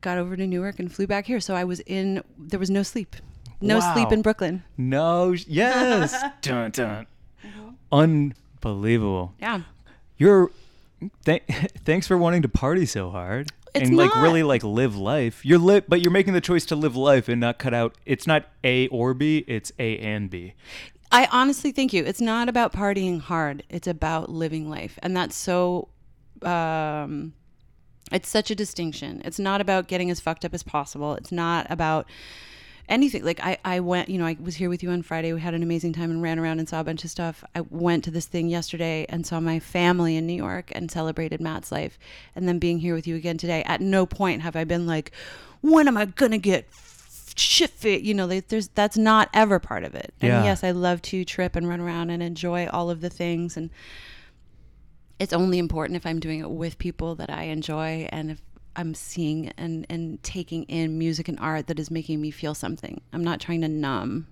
[SPEAKER 3] got over to Newark and flew back here. So I was in, there was no sleep. No
[SPEAKER 2] Wow.
[SPEAKER 3] sleep in Brooklyn.
[SPEAKER 2] No, sh-
[SPEAKER 3] *laughs*
[SPEAKER 2] yes. dun dun.
[SPEAKER 3] Mm-hmm.
[SPEAKER 2] Unbelievable.
[SPEAKER 3] Yeah.
[SPEAKER 2] You're th- *laughs* thanks for wanting to party so hard
[SPEAKER 3] It's
[SPEAKER 2] and like
[SPEAKER 3] not.
[SPEAKER 2] really like live life. You're lit, but you're making the choice to live life and not cut out. It's not A or B, it's A and B.
[SPEAKER 3] I honestly think you. It's not about partying hard. It's about living life, and that's so. Um, it's such a distinction. It's not about getting as fucked up as possible. It's not about anything. Like I, I went. You know, I was here with you on Friday. We had an amazing time and ran around and saw a bunch of stuff. I went to this thing yesterday and saw my family in New York and celebrated Matt's life, and then being here with you again today. At no point have I been like, when am I gonna get shit fit? You know, like, there's that's not ever part of it. And
[SPEAKER 2] Yeah.
[SPEAKER 3] yes, I love to trip and run around and enjoy all of the things. And it's only important if I'm doing it with people that I enjoy and if I'm seeing and, and taking in music and art that is making me feel something. I'm not trying to numb,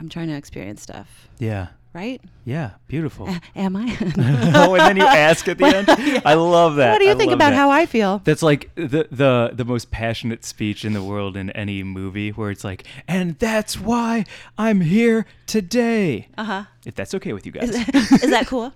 [SPEAKER 3] I'm trying to experience stuff,
[SPEAKER 2] Yeah.
[SPEAKER 3] right? *laughs*
[SPEAKER 2] Yeah, beautiful.
[SPEAKER 3] Am I?
[SPEAKER 2] *laughs*
[SPEAKER 3] *laughs*
[SPEAKER 2] oh, and then you ask at the end. I love that.
[SPEAKER 3] what do you
[SPEAKER 2] I
[SPEAKER 3] think
[SPEAKER 2] love
[SPEAKER 3] about
[SPEAKER 2] that.
[SPEAKER 3] how
[SPEAKER 2] *laughs*
[SPEAKER 3] I feel?
[SPEAKER 2] That's like the the the most passionate speech in the world in any movie, where it's like, and that's why I'm here today. Uh huh. If that's okay with you guys, *laughs*
[SPEAKER 3] *laughs* Is that cool?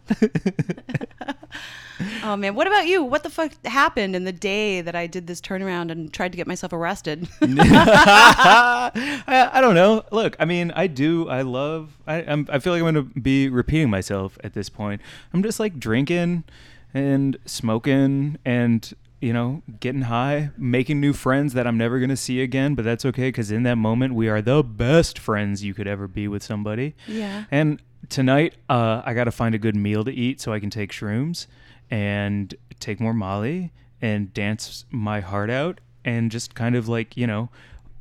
[SPEAKER 3] oh man, what about you? What the fuck happened in the day that I did this turnaround and tried to get myself arrested? *laughs*
[SPEAKER 2] I, I don't know. Look, I mean, I do. I love. I I'm, I feel like I'm going to be repeating myself at this point. I'm just like drinking and smoking and you know getting high, making new friends that I'm never going to see again. But that's okay because in that moment we are the best friends you could ever be with somebody.
[SPEAKER 3] Yeah.
[SPEAKER 2] And tonight, uh, I got to find a good meal to eat so I can take shrooms and take more Molly and dance my heart out and just kind of like, you know,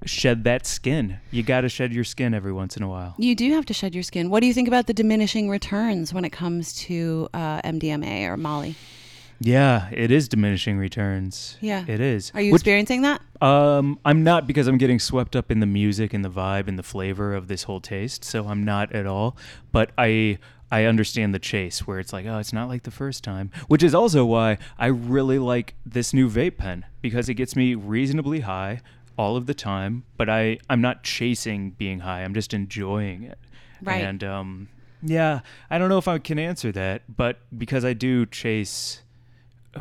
[SPEAKER 2] shed that skin. You got to shed your skin every once in a while.
[SPEAKER 3] You do have to shed your skin. What do you think about the diminishing returns when it comes to uh, MDMA or Molly?
[SPEAKER 2] Yeah, it is diminishing returns.
[SPEAKER 3] Yeah.
[SPEAKER 2] It is.
[SPEAKER 3] Are you
[SPEAKER 2] Which-
[SPEAKER 3] experiencing that?
[SPEAKER 2] Um, I'm not because I'm getting swept up in the music and the vibe and the flavor of this whole taste, so I'm not at all. But I I understand the chase where it's like, oh, it's not like the first time, which is also why I really like this new vape pen because it gets me reasonably high all of the time, but I I'm not chasing being high. I'm just enjoying it.
[SPEAKER 3] Right.
[SPEAKER 2] And um, yeah, I don't know if I can answer that, but because I do chase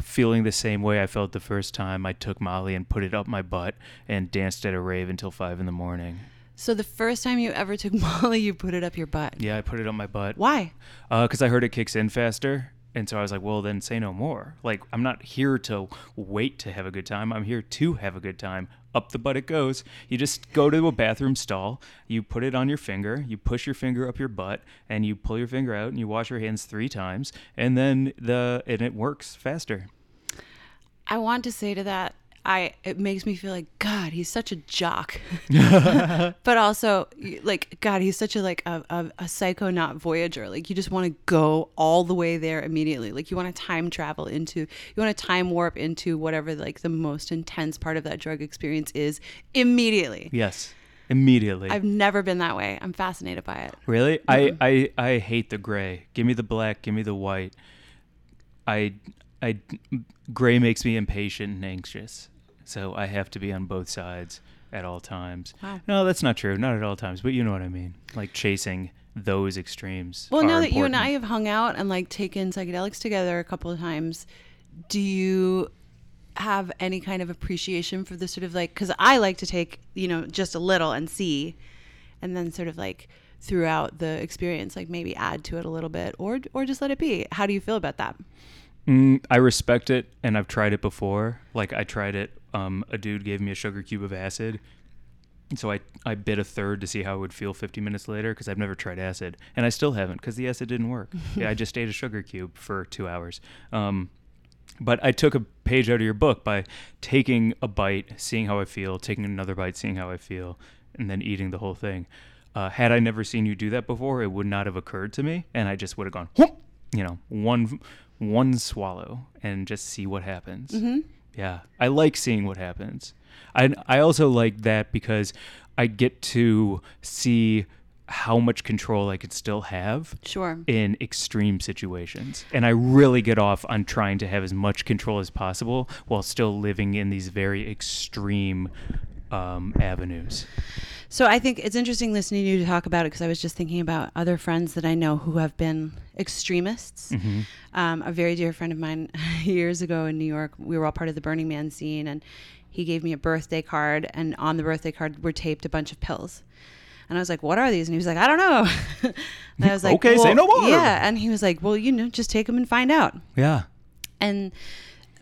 [SPEAKER 2] feeling the same way I felt the first time I took Molly and put it up my butt and danced at a rave until five in the morning.
[SPEAKER 3] So the first time you ever took *laughs* Molly, you put it up your butt.
[SPEAKER 2] Yeah, I put it up my butt.
[SPEAKER 3] Why?
[SPEAKER 2] Because I heard it kicks in faster. And so I was like, well, then say no more. Like, I'm not here to wait to have a good time. I'm here to have a good time. Up the butt it goes. You just go to a bathroom stall, you put it on your finger, you push your finger up your butt, and you pull your finger out and you wash your hands three times. And then the, and it works faster.
[SPEAKER 3] I want to say to that, I it makes me feel like God, he's such
[SPEAKER 2] *laughs*
[SPEAKER 3] a jock, *laughs* but also you- like God, he's such a like a, a, a psycho, not voyager. Like you just want to go all the way there immediately. Like you want to time travel into, you want to time warp into whatever like the most intense part of that drug experience is immediately.
[SPEAKER 2] Yes. Immediately.
[SPEAKER 3] I've never been that way. I'm fascinated by it.
[SPEAKER 2] Really? I, I I hate the gray. Give me the black. Give me the white. I I gray makes me impatient and anxious. So I have to be on both sides at all times.
[SPEAKER 3] Wow.
[SPEAKER 2] No, that's not true. Not at all times, but you know what I mean. Like chasing those extremes.
[SPEAKER 3] Well, now
[SPEAKER 2] are
[SPEAKER 3] that you and I
[SPEAKER 2] important.
[SPEAKER 3] have hung out and like taken psychedelics together a couple of times, do you have any kind of appreciation for the sort of like, because I like to take, you know, just a little and see, and then sort of like throughout the experience, like maybe add to it a little bit or, or just let it be. How do you feel about that?
[SPEAKER 2] Mm, I respect it, and I've tried it before. Like I tried it. Um, a dude gave me a sugar cube of acid, and so I I bit a third to see how it would feel 50 minutes later because I've never tried acid, and I still haven't because the acid didn't work. yeah, I just ate a sugar cube for two hours. Um, but I took a page out of your book by taking a bite, seeing how I feel, taking another bite, seeing how I feel, and then eating the whole thing. Uh, had I never seen you do that before, it would not have occurred to me, and I just would have gone, "Whoop," you know, one one swallow and just see what happens. Yeah, I like seeing what happens. I I also like that because I get to see how much control I could still have
[SPEAKER 3] Sure.
[SPEAKER 2] in extreme situations. And I really get off on trying to have as much control as possible while still living in these very extreme um, avenues.
[SPEAKER 3] So I think it's interesting listening to you talk about it because I was just thinking about other friends that I know who have been extremists.
[SPEAKER 2] Mm-hmm.
[SPEAKER 3] Um, a very dear friend of mine *laughs* years ago in New York, we were all part of the Burning Man scene, and he gave me a birthday card, and on the birthday card were taped a bunch of pills. And I was like, "What are these?" And he was like, "I don't know." *laughs* and I was like,
[SPEAKER 2] Okay, say
[SPEAKER 3] "Well,
[SPEAKER 2] no more."
[SPEAKER 3] Yeah, and he was like, "Well, you know, just take them and find out."
[SPEAKER 2] Yeah.
[SPEAKER 3] and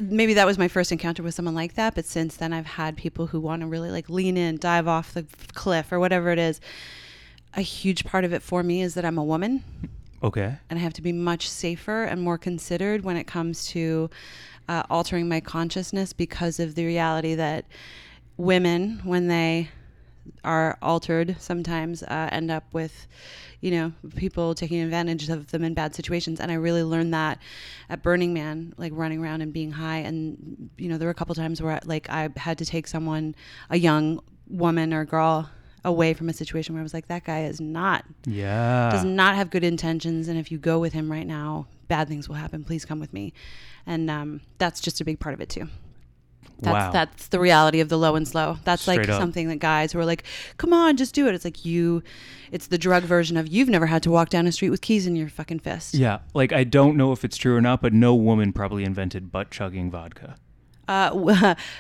[SPEAKER 3] maybe that was my first encounter with someone like that but since then i've had people who want to really like lean in dive off the cliff or whatever it is a huge part of it for me is that i'm a woman
[SPEAKER 2] Okay.
[SPEAKER 3] and i have to be much safer and more considered when it comes to uh, altering my consciousness because of the reality that women when they are altered sometimes uh, end up with you know people taking advantage of them in bad situations and i really learned that at burning man like running around and being high and you know there were a couple times where like i had to take someone a young woman or girl away from a situation where i was like that guy is not
[SPEAKER 2] Yeah.
[SPEAKER 3] does not have good intentions and if you go with him right now bad things will happen please come with me and um, that's just a big part of it too that's
[SPEAKER 2] wow.
[SPEAKER 3] that's the reality of the low and slow that's like
[SPEAKER 2] Straight up.
[SPEAKER 3] something that guys were like come on just do it it's like you it's the drug version of you've never had to walk down a street with keys in your fucking fist
[SPEAKER 2] yeah. Like, I don't know if it's true or not, but no woman probably invented butt chugging vodka.
[SPEAKER 3] uh, *laughs*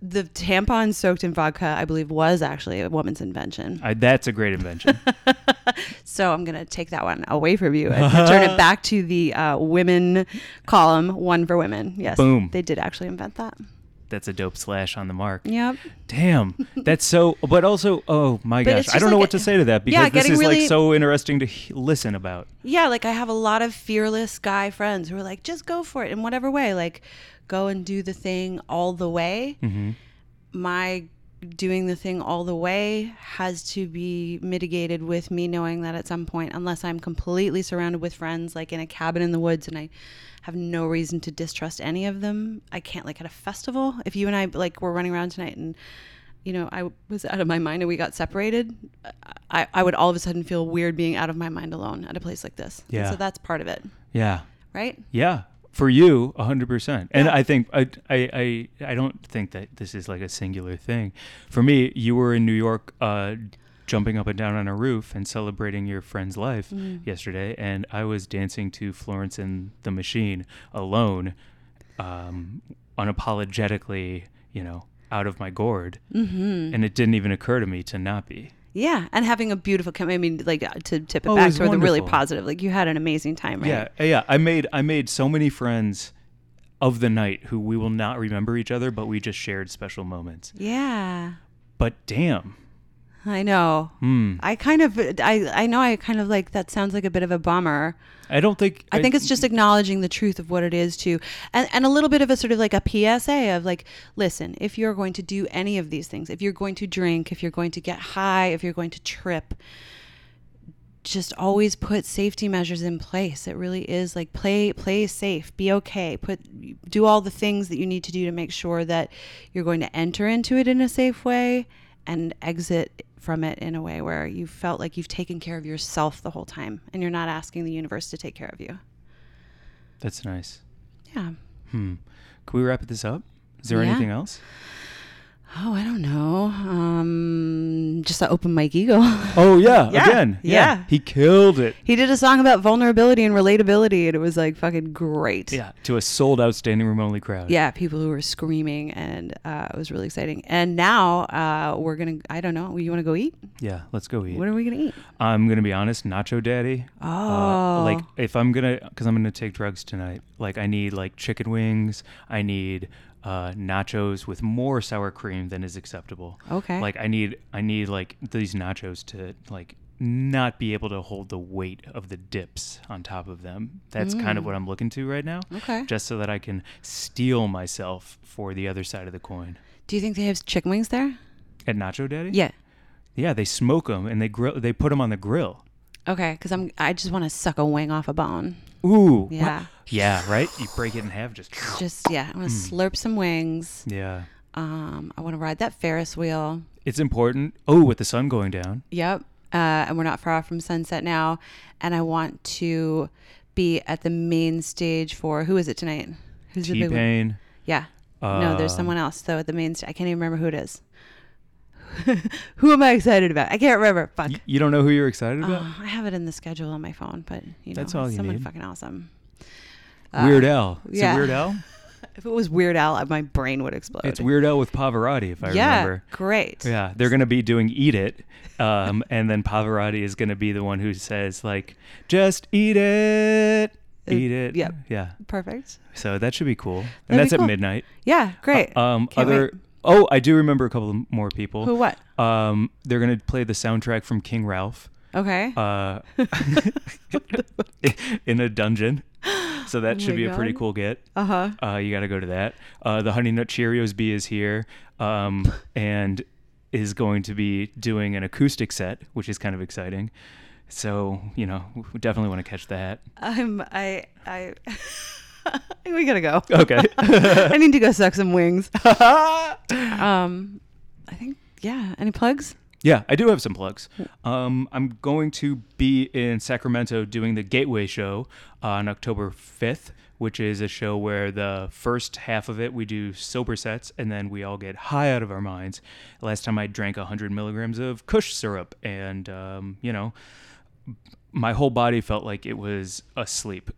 [SPEAKER 3] the tampon soaked in vodka i believe was actually a woman's invention
[SPEAKER 2] I, that's a great invention.
[SPEAKER 3] So I'm going to take that one away from you and turn
[SPEAKER 2] *laughs*
[SPEAKER 3] it back to the uh, women column, one for women. Yes.
[SPEAKER 2] Boom.
[SPEAKER 3] They did actually invent that.
[SPEAKER 2] that's a dope slash on the mark.
[SPEAKER 3] Yep.
[SPEAKER 2] Damn, that's so. But also, oh my
[SPEAKER 3] But
[SPEAKER 2] gosh,
[SPEAKER 3] it's
[SPEAKER 2] I
[SPEAKER 3] just
[SPEAKER 2] don't know
[SPEAKER 3] like
[SPEAKER 2] what
[SPEAKER 3] a-
[SPEAKER 2] to say to that because
[SPEAKER 3] Yeah,
[SPEAKER 2] this
[SPEAKER 3] getting
[SPEAKER 2] is
[SPEAKER 3] really-
[SPEAKER 2] like so interesting to he- listen about.
[SPEAKER 3] Yeah. Like I have a lot of fearless guy friends who are like, just go for it in whatever way. Like go and do the thing all the way. My doing the thing all the way has to be mitigated with me knowing that at some point, unless I'm completely surrounded with friends, like in a cabin in the woods, and I have no reason to distrust any of them, I can't. Like at a festival, if you and I like were running around tonight and you know I was out of my mind and we got separated, I, I would all of a sudden feel weird being out of my mind alone at a place like this. And
[SPEAKER 2] Yeah.
[SPEAKER 3] so that's part of it,
[SPEAKER 2] Yeah.
[SPEAKER 3] right?
[SPEAKER 2] Yeah, for you, hundred percent. And I think I, I I I don't think that this is like a singular thing. For me, you were in New York, uh, jumping up and down on a roof and celebrating your friend's life yesterday, and I was dancing to Florence and the Machine alone, um, unapologetically, you know, out of my gourd, mm-hmm. and it didn't even occur to me to not be.
[SPEAKER 3] Yeah, and having a beautiful. com- I mean, like uh, to tip it
[SPEAKER 2] Oh, it
[SPEAKER 3] back
[SPEAKER 2] was
[SPEAKER 3] toward the really
[SPEAKER 2] wonderful.
[SPEAKER 3] positive. Like you had an amazing time, right?
[SPEAKER 2] Yeah, yeah. I made I made so many friends of the night who we will not remember each other, but we just shared special moments.
[SPEAKER 3] Yeah.
[SPEAKER 2] But damn,
[SPEAKER 3] I know. I kind of, I, I know I kind of like that sounds like a bit of a bummer.
[SPEAKER 2] I don't think
[SPEAKER 3] I think it's just acknowledging the truth of what it is to, and, and a little bit of a sort of like a PSA of like, listen, if you're going to do any of these things, if you're going to drink, if you're going to get high, if you're going to trip, just always put safety measures in place. It really is like play play safe, be okay, put do all the things that you need to do to make sure that you're going to enter into it in a safe way and exit from it in a way where you felt like you've taken care of yourself the whole time and you're not asking the universe to take care of you.
[SPEAKER 2] that's nice.
[SPEAKER 3] Yeah.
[SPEAKER 2] Can we wrap this up? Is there
[SPEAKER 3] Yeah.
[SPEAKER 2] anything else?
[SPEAKER 3] Oh, I don't know. Um just the open mic eagle. *laughs*
[SPEAKER 2] Oh yeah,
[SPEAKER 3] Yeah,
[SPEAKER 2] again,
[SPEAKER 3] yeah.
[SPEAKER 2] He killed it.
[SPEAKER 3] he did a song about vulnerability and relatability and it was like fucking great.
[SPEAKER 2] Yeah, to a sold out standing room only crowd.
[SPEAKER 3] yeah people who were screaming and uh, it was really exciting and now uh, we're gonna i don't know you want to go eat
[SPEAKER 2] yeah. Let's go eat.
[SPEAKER 3] what are we gonna eat
[SPEAKER 2] I'm gonna be honest, Nacho Daddy. uh,
[SPEAKER 3] Oh.
[SPEAKER 2] like if I'm gonna, cause I'm gonna take drugs tonight. Like I need like chicken wings. I need uh, nachos with more sour cream than is acceptable.
[SPEAKER 3] Okay.
[SPEAKER 2] Like I need, I need like these nachos to like not be able to hold the weight of the dips on top of them. That's kind of what I'm looking to right now.
[SPEAKER 3] Mm. Okay.
[SPEAKER 2] Just so that I can steel myself for the other side of the coin.
[SPEAKER 3] do you think they have chicken wings there
[SPEAKER 2] At Nacho Daddy.
[SPEAKER 3] yeah
[SPEAKER 2] Yeah, they smoke them and they grill. They put them on the grill.
[SPEAKER 3] okay because i'm i just want to suck a wing off a bone
[SPEAKER 2] Ooh. wha-
[SPEAKER 3] Yeah.
[SPEAKER 2] Yeah, right? You break it in half just
[SPEAKER 3] just yeah i want to slurp some wings
[SPEAKER 2] *sighs* Yeah.
[SPEAKER 3] um i want to ride that ferris wheel
[SPEAKER 2] It's important. Oh, with the sun going down.
[SPEAKER 3] Yep. Uh, and we're not far off from sunset now. And I want to be at the main stage for who is it tonight? Who's the
[SPEAKER 2] T
[SPEAKER 3] big one?
[SPEAKER 2] Pain.
[SPEAKER 3] Yeah. no, there's
[SPEAKER 2] Um,
[SPEAKER 3] someone else though at the main stage. I can't even remember who it is. *laughs* who am I excited about? I can't remember. Fuck.
[SPEAKER 2] You don't know who you're excited about?
[SPEAKER 3] Oh, I have it in the schedule on my phone, but you know,
[SPEAKER 2] That's all you
[SPEAKER 3] someone
[SPEAKER 2] need.
[SPEAKER 3] fucking awesome.
[SPEAKER 2] Weird Al. Is
[SPEAKER 3] Uh, yeah.
[SPEAKER 2] it Weird Al?
[SPEAKER 3] If it was Weird Al, my brain would explode.
[SPEAKER 2] It's Weird Al with Pavarotti, if I
[SPEAKER 3] yeah,
[SPEAKER 2] remember.
[SPEAKER 3] great.
[SPEAKER 2] Yeah, they're gonna be doing "Eat It," um, *laughs* and then Pavarotti is gonna be the one who says like, "Just eat it, eat it."
[SPEAKER 3] Uh, yep.
[SPEAKER 2] yeah.
[SPEAKER 3] Perfect.
[SPEAKER 2] So that should be cool,
[SPEAKER 3] That'd
[SPEAKER 2] and
[SPEAKER 3] be
[SPEAKER 2] that's
[SPEAKER 3] cool.
[SPEAKER 2] at midnight.
[SPEAKER 3] Yeah, great.
[SPEAKER 2] Um,
[SPEAKER 3] Can't
[SPEAKER 2] other.
[SPEAKER 3] wait.
[SPEAKER 2] Oh, I do remember a couple of more people.
[SPEAKER 3] Who, what?
[SPEAKER 2] Um, they're gonna play the soundtrack from King Ralph.
[SPEAKER 3] Okay.
[SPEAKER 2] uh, *laughs* in a dungeon. So that should
[SPEAKER 3] Oh my
[SPEAKER 2] be a pretty
[SPEAKER 3] God.
[SPEAKER 2] cool get.
[SPEAKER 3] Uh-huh.
[SPEAKER 2] Uh, you got to go to that. Uh, the Honey Nut Cheerios bee is here
[SPEAKER 3] *laughs*
[SPEAKER 2] um, and is going to be doing an acoustic set, which is kind of exciting. So, you know, we definitely want to catch
[SPEAKER 3] *laughs*
[SPEAKER 2] that.
[SPEAKER 3] I'm I I *laughs* we
[SPEAKER 2] *laughs*
[SPEAKER 3] gotta go.
[SPEAKER 2] Okay.
[SPEAKER 3] *laughs* I need to go suck some wings. um I think yeah. Any plugs?
[SPEAKER 2] yeah, I do have some plugs. Um, I'm going to be in Sacramento doing the Gateway Show uh, on October 5th, which is a show where the first half of it we do sober sets and then we all get high out of our minds. Last time I drank 100 milligrams of Kush syrup and, um, you know, my whole body felt like it was asleep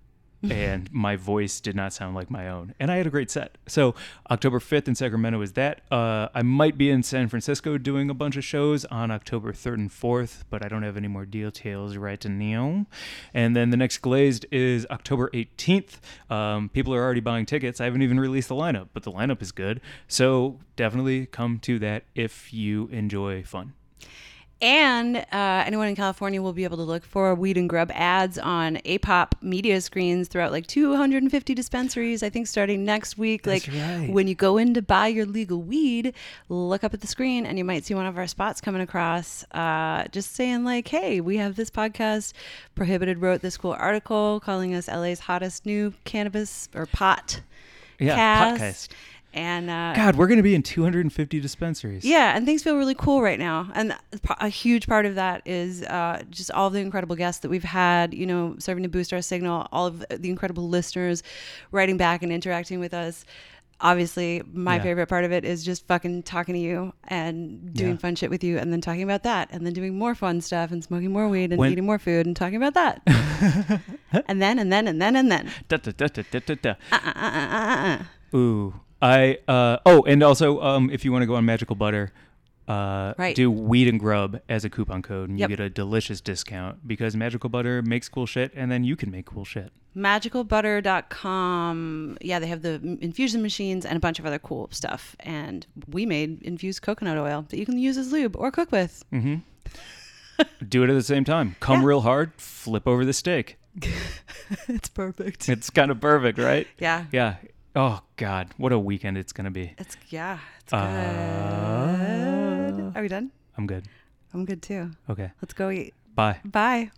[SPEAKER 2] and my voice did not sound like my own and i had a great set so october 5th in sacramento is that uh, i might be in san francisco doing a bunch of shows on october 3rd and 4th but i don't have any more details right now and then the next glazed is october 18th um, people are already buying tickets i haven't even released the lineup but the lineup is good so definitely come to that if you enjoy fun
[SPEAKER 3] And uh, anyone in California will be able to look for Weed and Grub ads on APOP media screens throughout like 250 dispensaries, I think, starting next week.
[SPEAKER 2] That's
[SPEAKER 3] like
[SPEAKER 2] right.
[SPEAKER 3] when you go in to buy your legal weed, look up at the screen and you might see one of our spots coming across uh, just saying, like, hey, we have this podcast. Prohibited wrote this cool article calling us LA's hottest new cannabis or pot
[SPEAKER 2] Yeah,
[SPEAKER 3] cast.
[SPEAKER 2] podcast.
[SPEAKER 3] And uh,
[SPEAKER 2] God, we're going to be in 250 dispensaries.
[SPEAKER 3] yeah, and things feel really cool right now. And th- a huge part of that is uh, just all of the incredible guests that we've had, you know, serving to boost our signal, all of the incredible listeners writing back and interacting with us. Obviously, my
[SPEAKER 2] Yeah.
[SPEAKER 3] favorite part of it is just fucking talking to you and doing
[SPEAKER 2] Yeah.
[SPEAKER 3] fun shit with you and then talking about that and then doing more fun stuff and smoking more weed and
[SPEAKER 2] When-
[SPEAKER 3] eating more food and talking about that.
[SPEAKER 2] *laughs*
[SPEAKER 3] and then, and then, and then, and then.
[SPEAKER 2] Da, da, da, da, da, da, da.
[SPEAKER 3] Uh, uh, uh, uh, uh, uh.
[SPEAKER 2] Ooh. I uh oh, and also um if you want to go on Magical Butter, uh
[SPEAKER 3] Right.
[SPEAKER 2] do weed and grub as a coupon code and
[SPEAKER 3] Yep.
[SPEAKER 2] you get a delicious discount because Magical Butter makes cool shit and then you can make cool shit.
[SPEAKER 3] magicalbutter.com yeah they have the m- infusion machines and a bunch of other cool stuff and we made infused coconut oil that you can use as lube or cook with
[SPEAKER 2] Do it at the same time. Come real hard, flip over the steak.
[SPEAKER 3] *laughs* it's perfect
[SPEAKER 2] It's kind of perfect,
[SPEAKER 3] *laughs*
[SPEAKER 2] right?
[SPEAKER 3] yeah
[SPEAKER 2] Yeah. Oh god, what a weekend it's going to be.
[SPEAKER 3] it's yeah it's
[SPEAKER 2] Uh,
[SPEAKER 3] good are we done
[SPEAKER 2] I'm good.
[SPEAKER 3] i'm good too
[SPEAKER 2] Okay.
[SPEAKER 3] let's go eat
[SPEAKER 2] Bye.
[SPEAKER 3] bye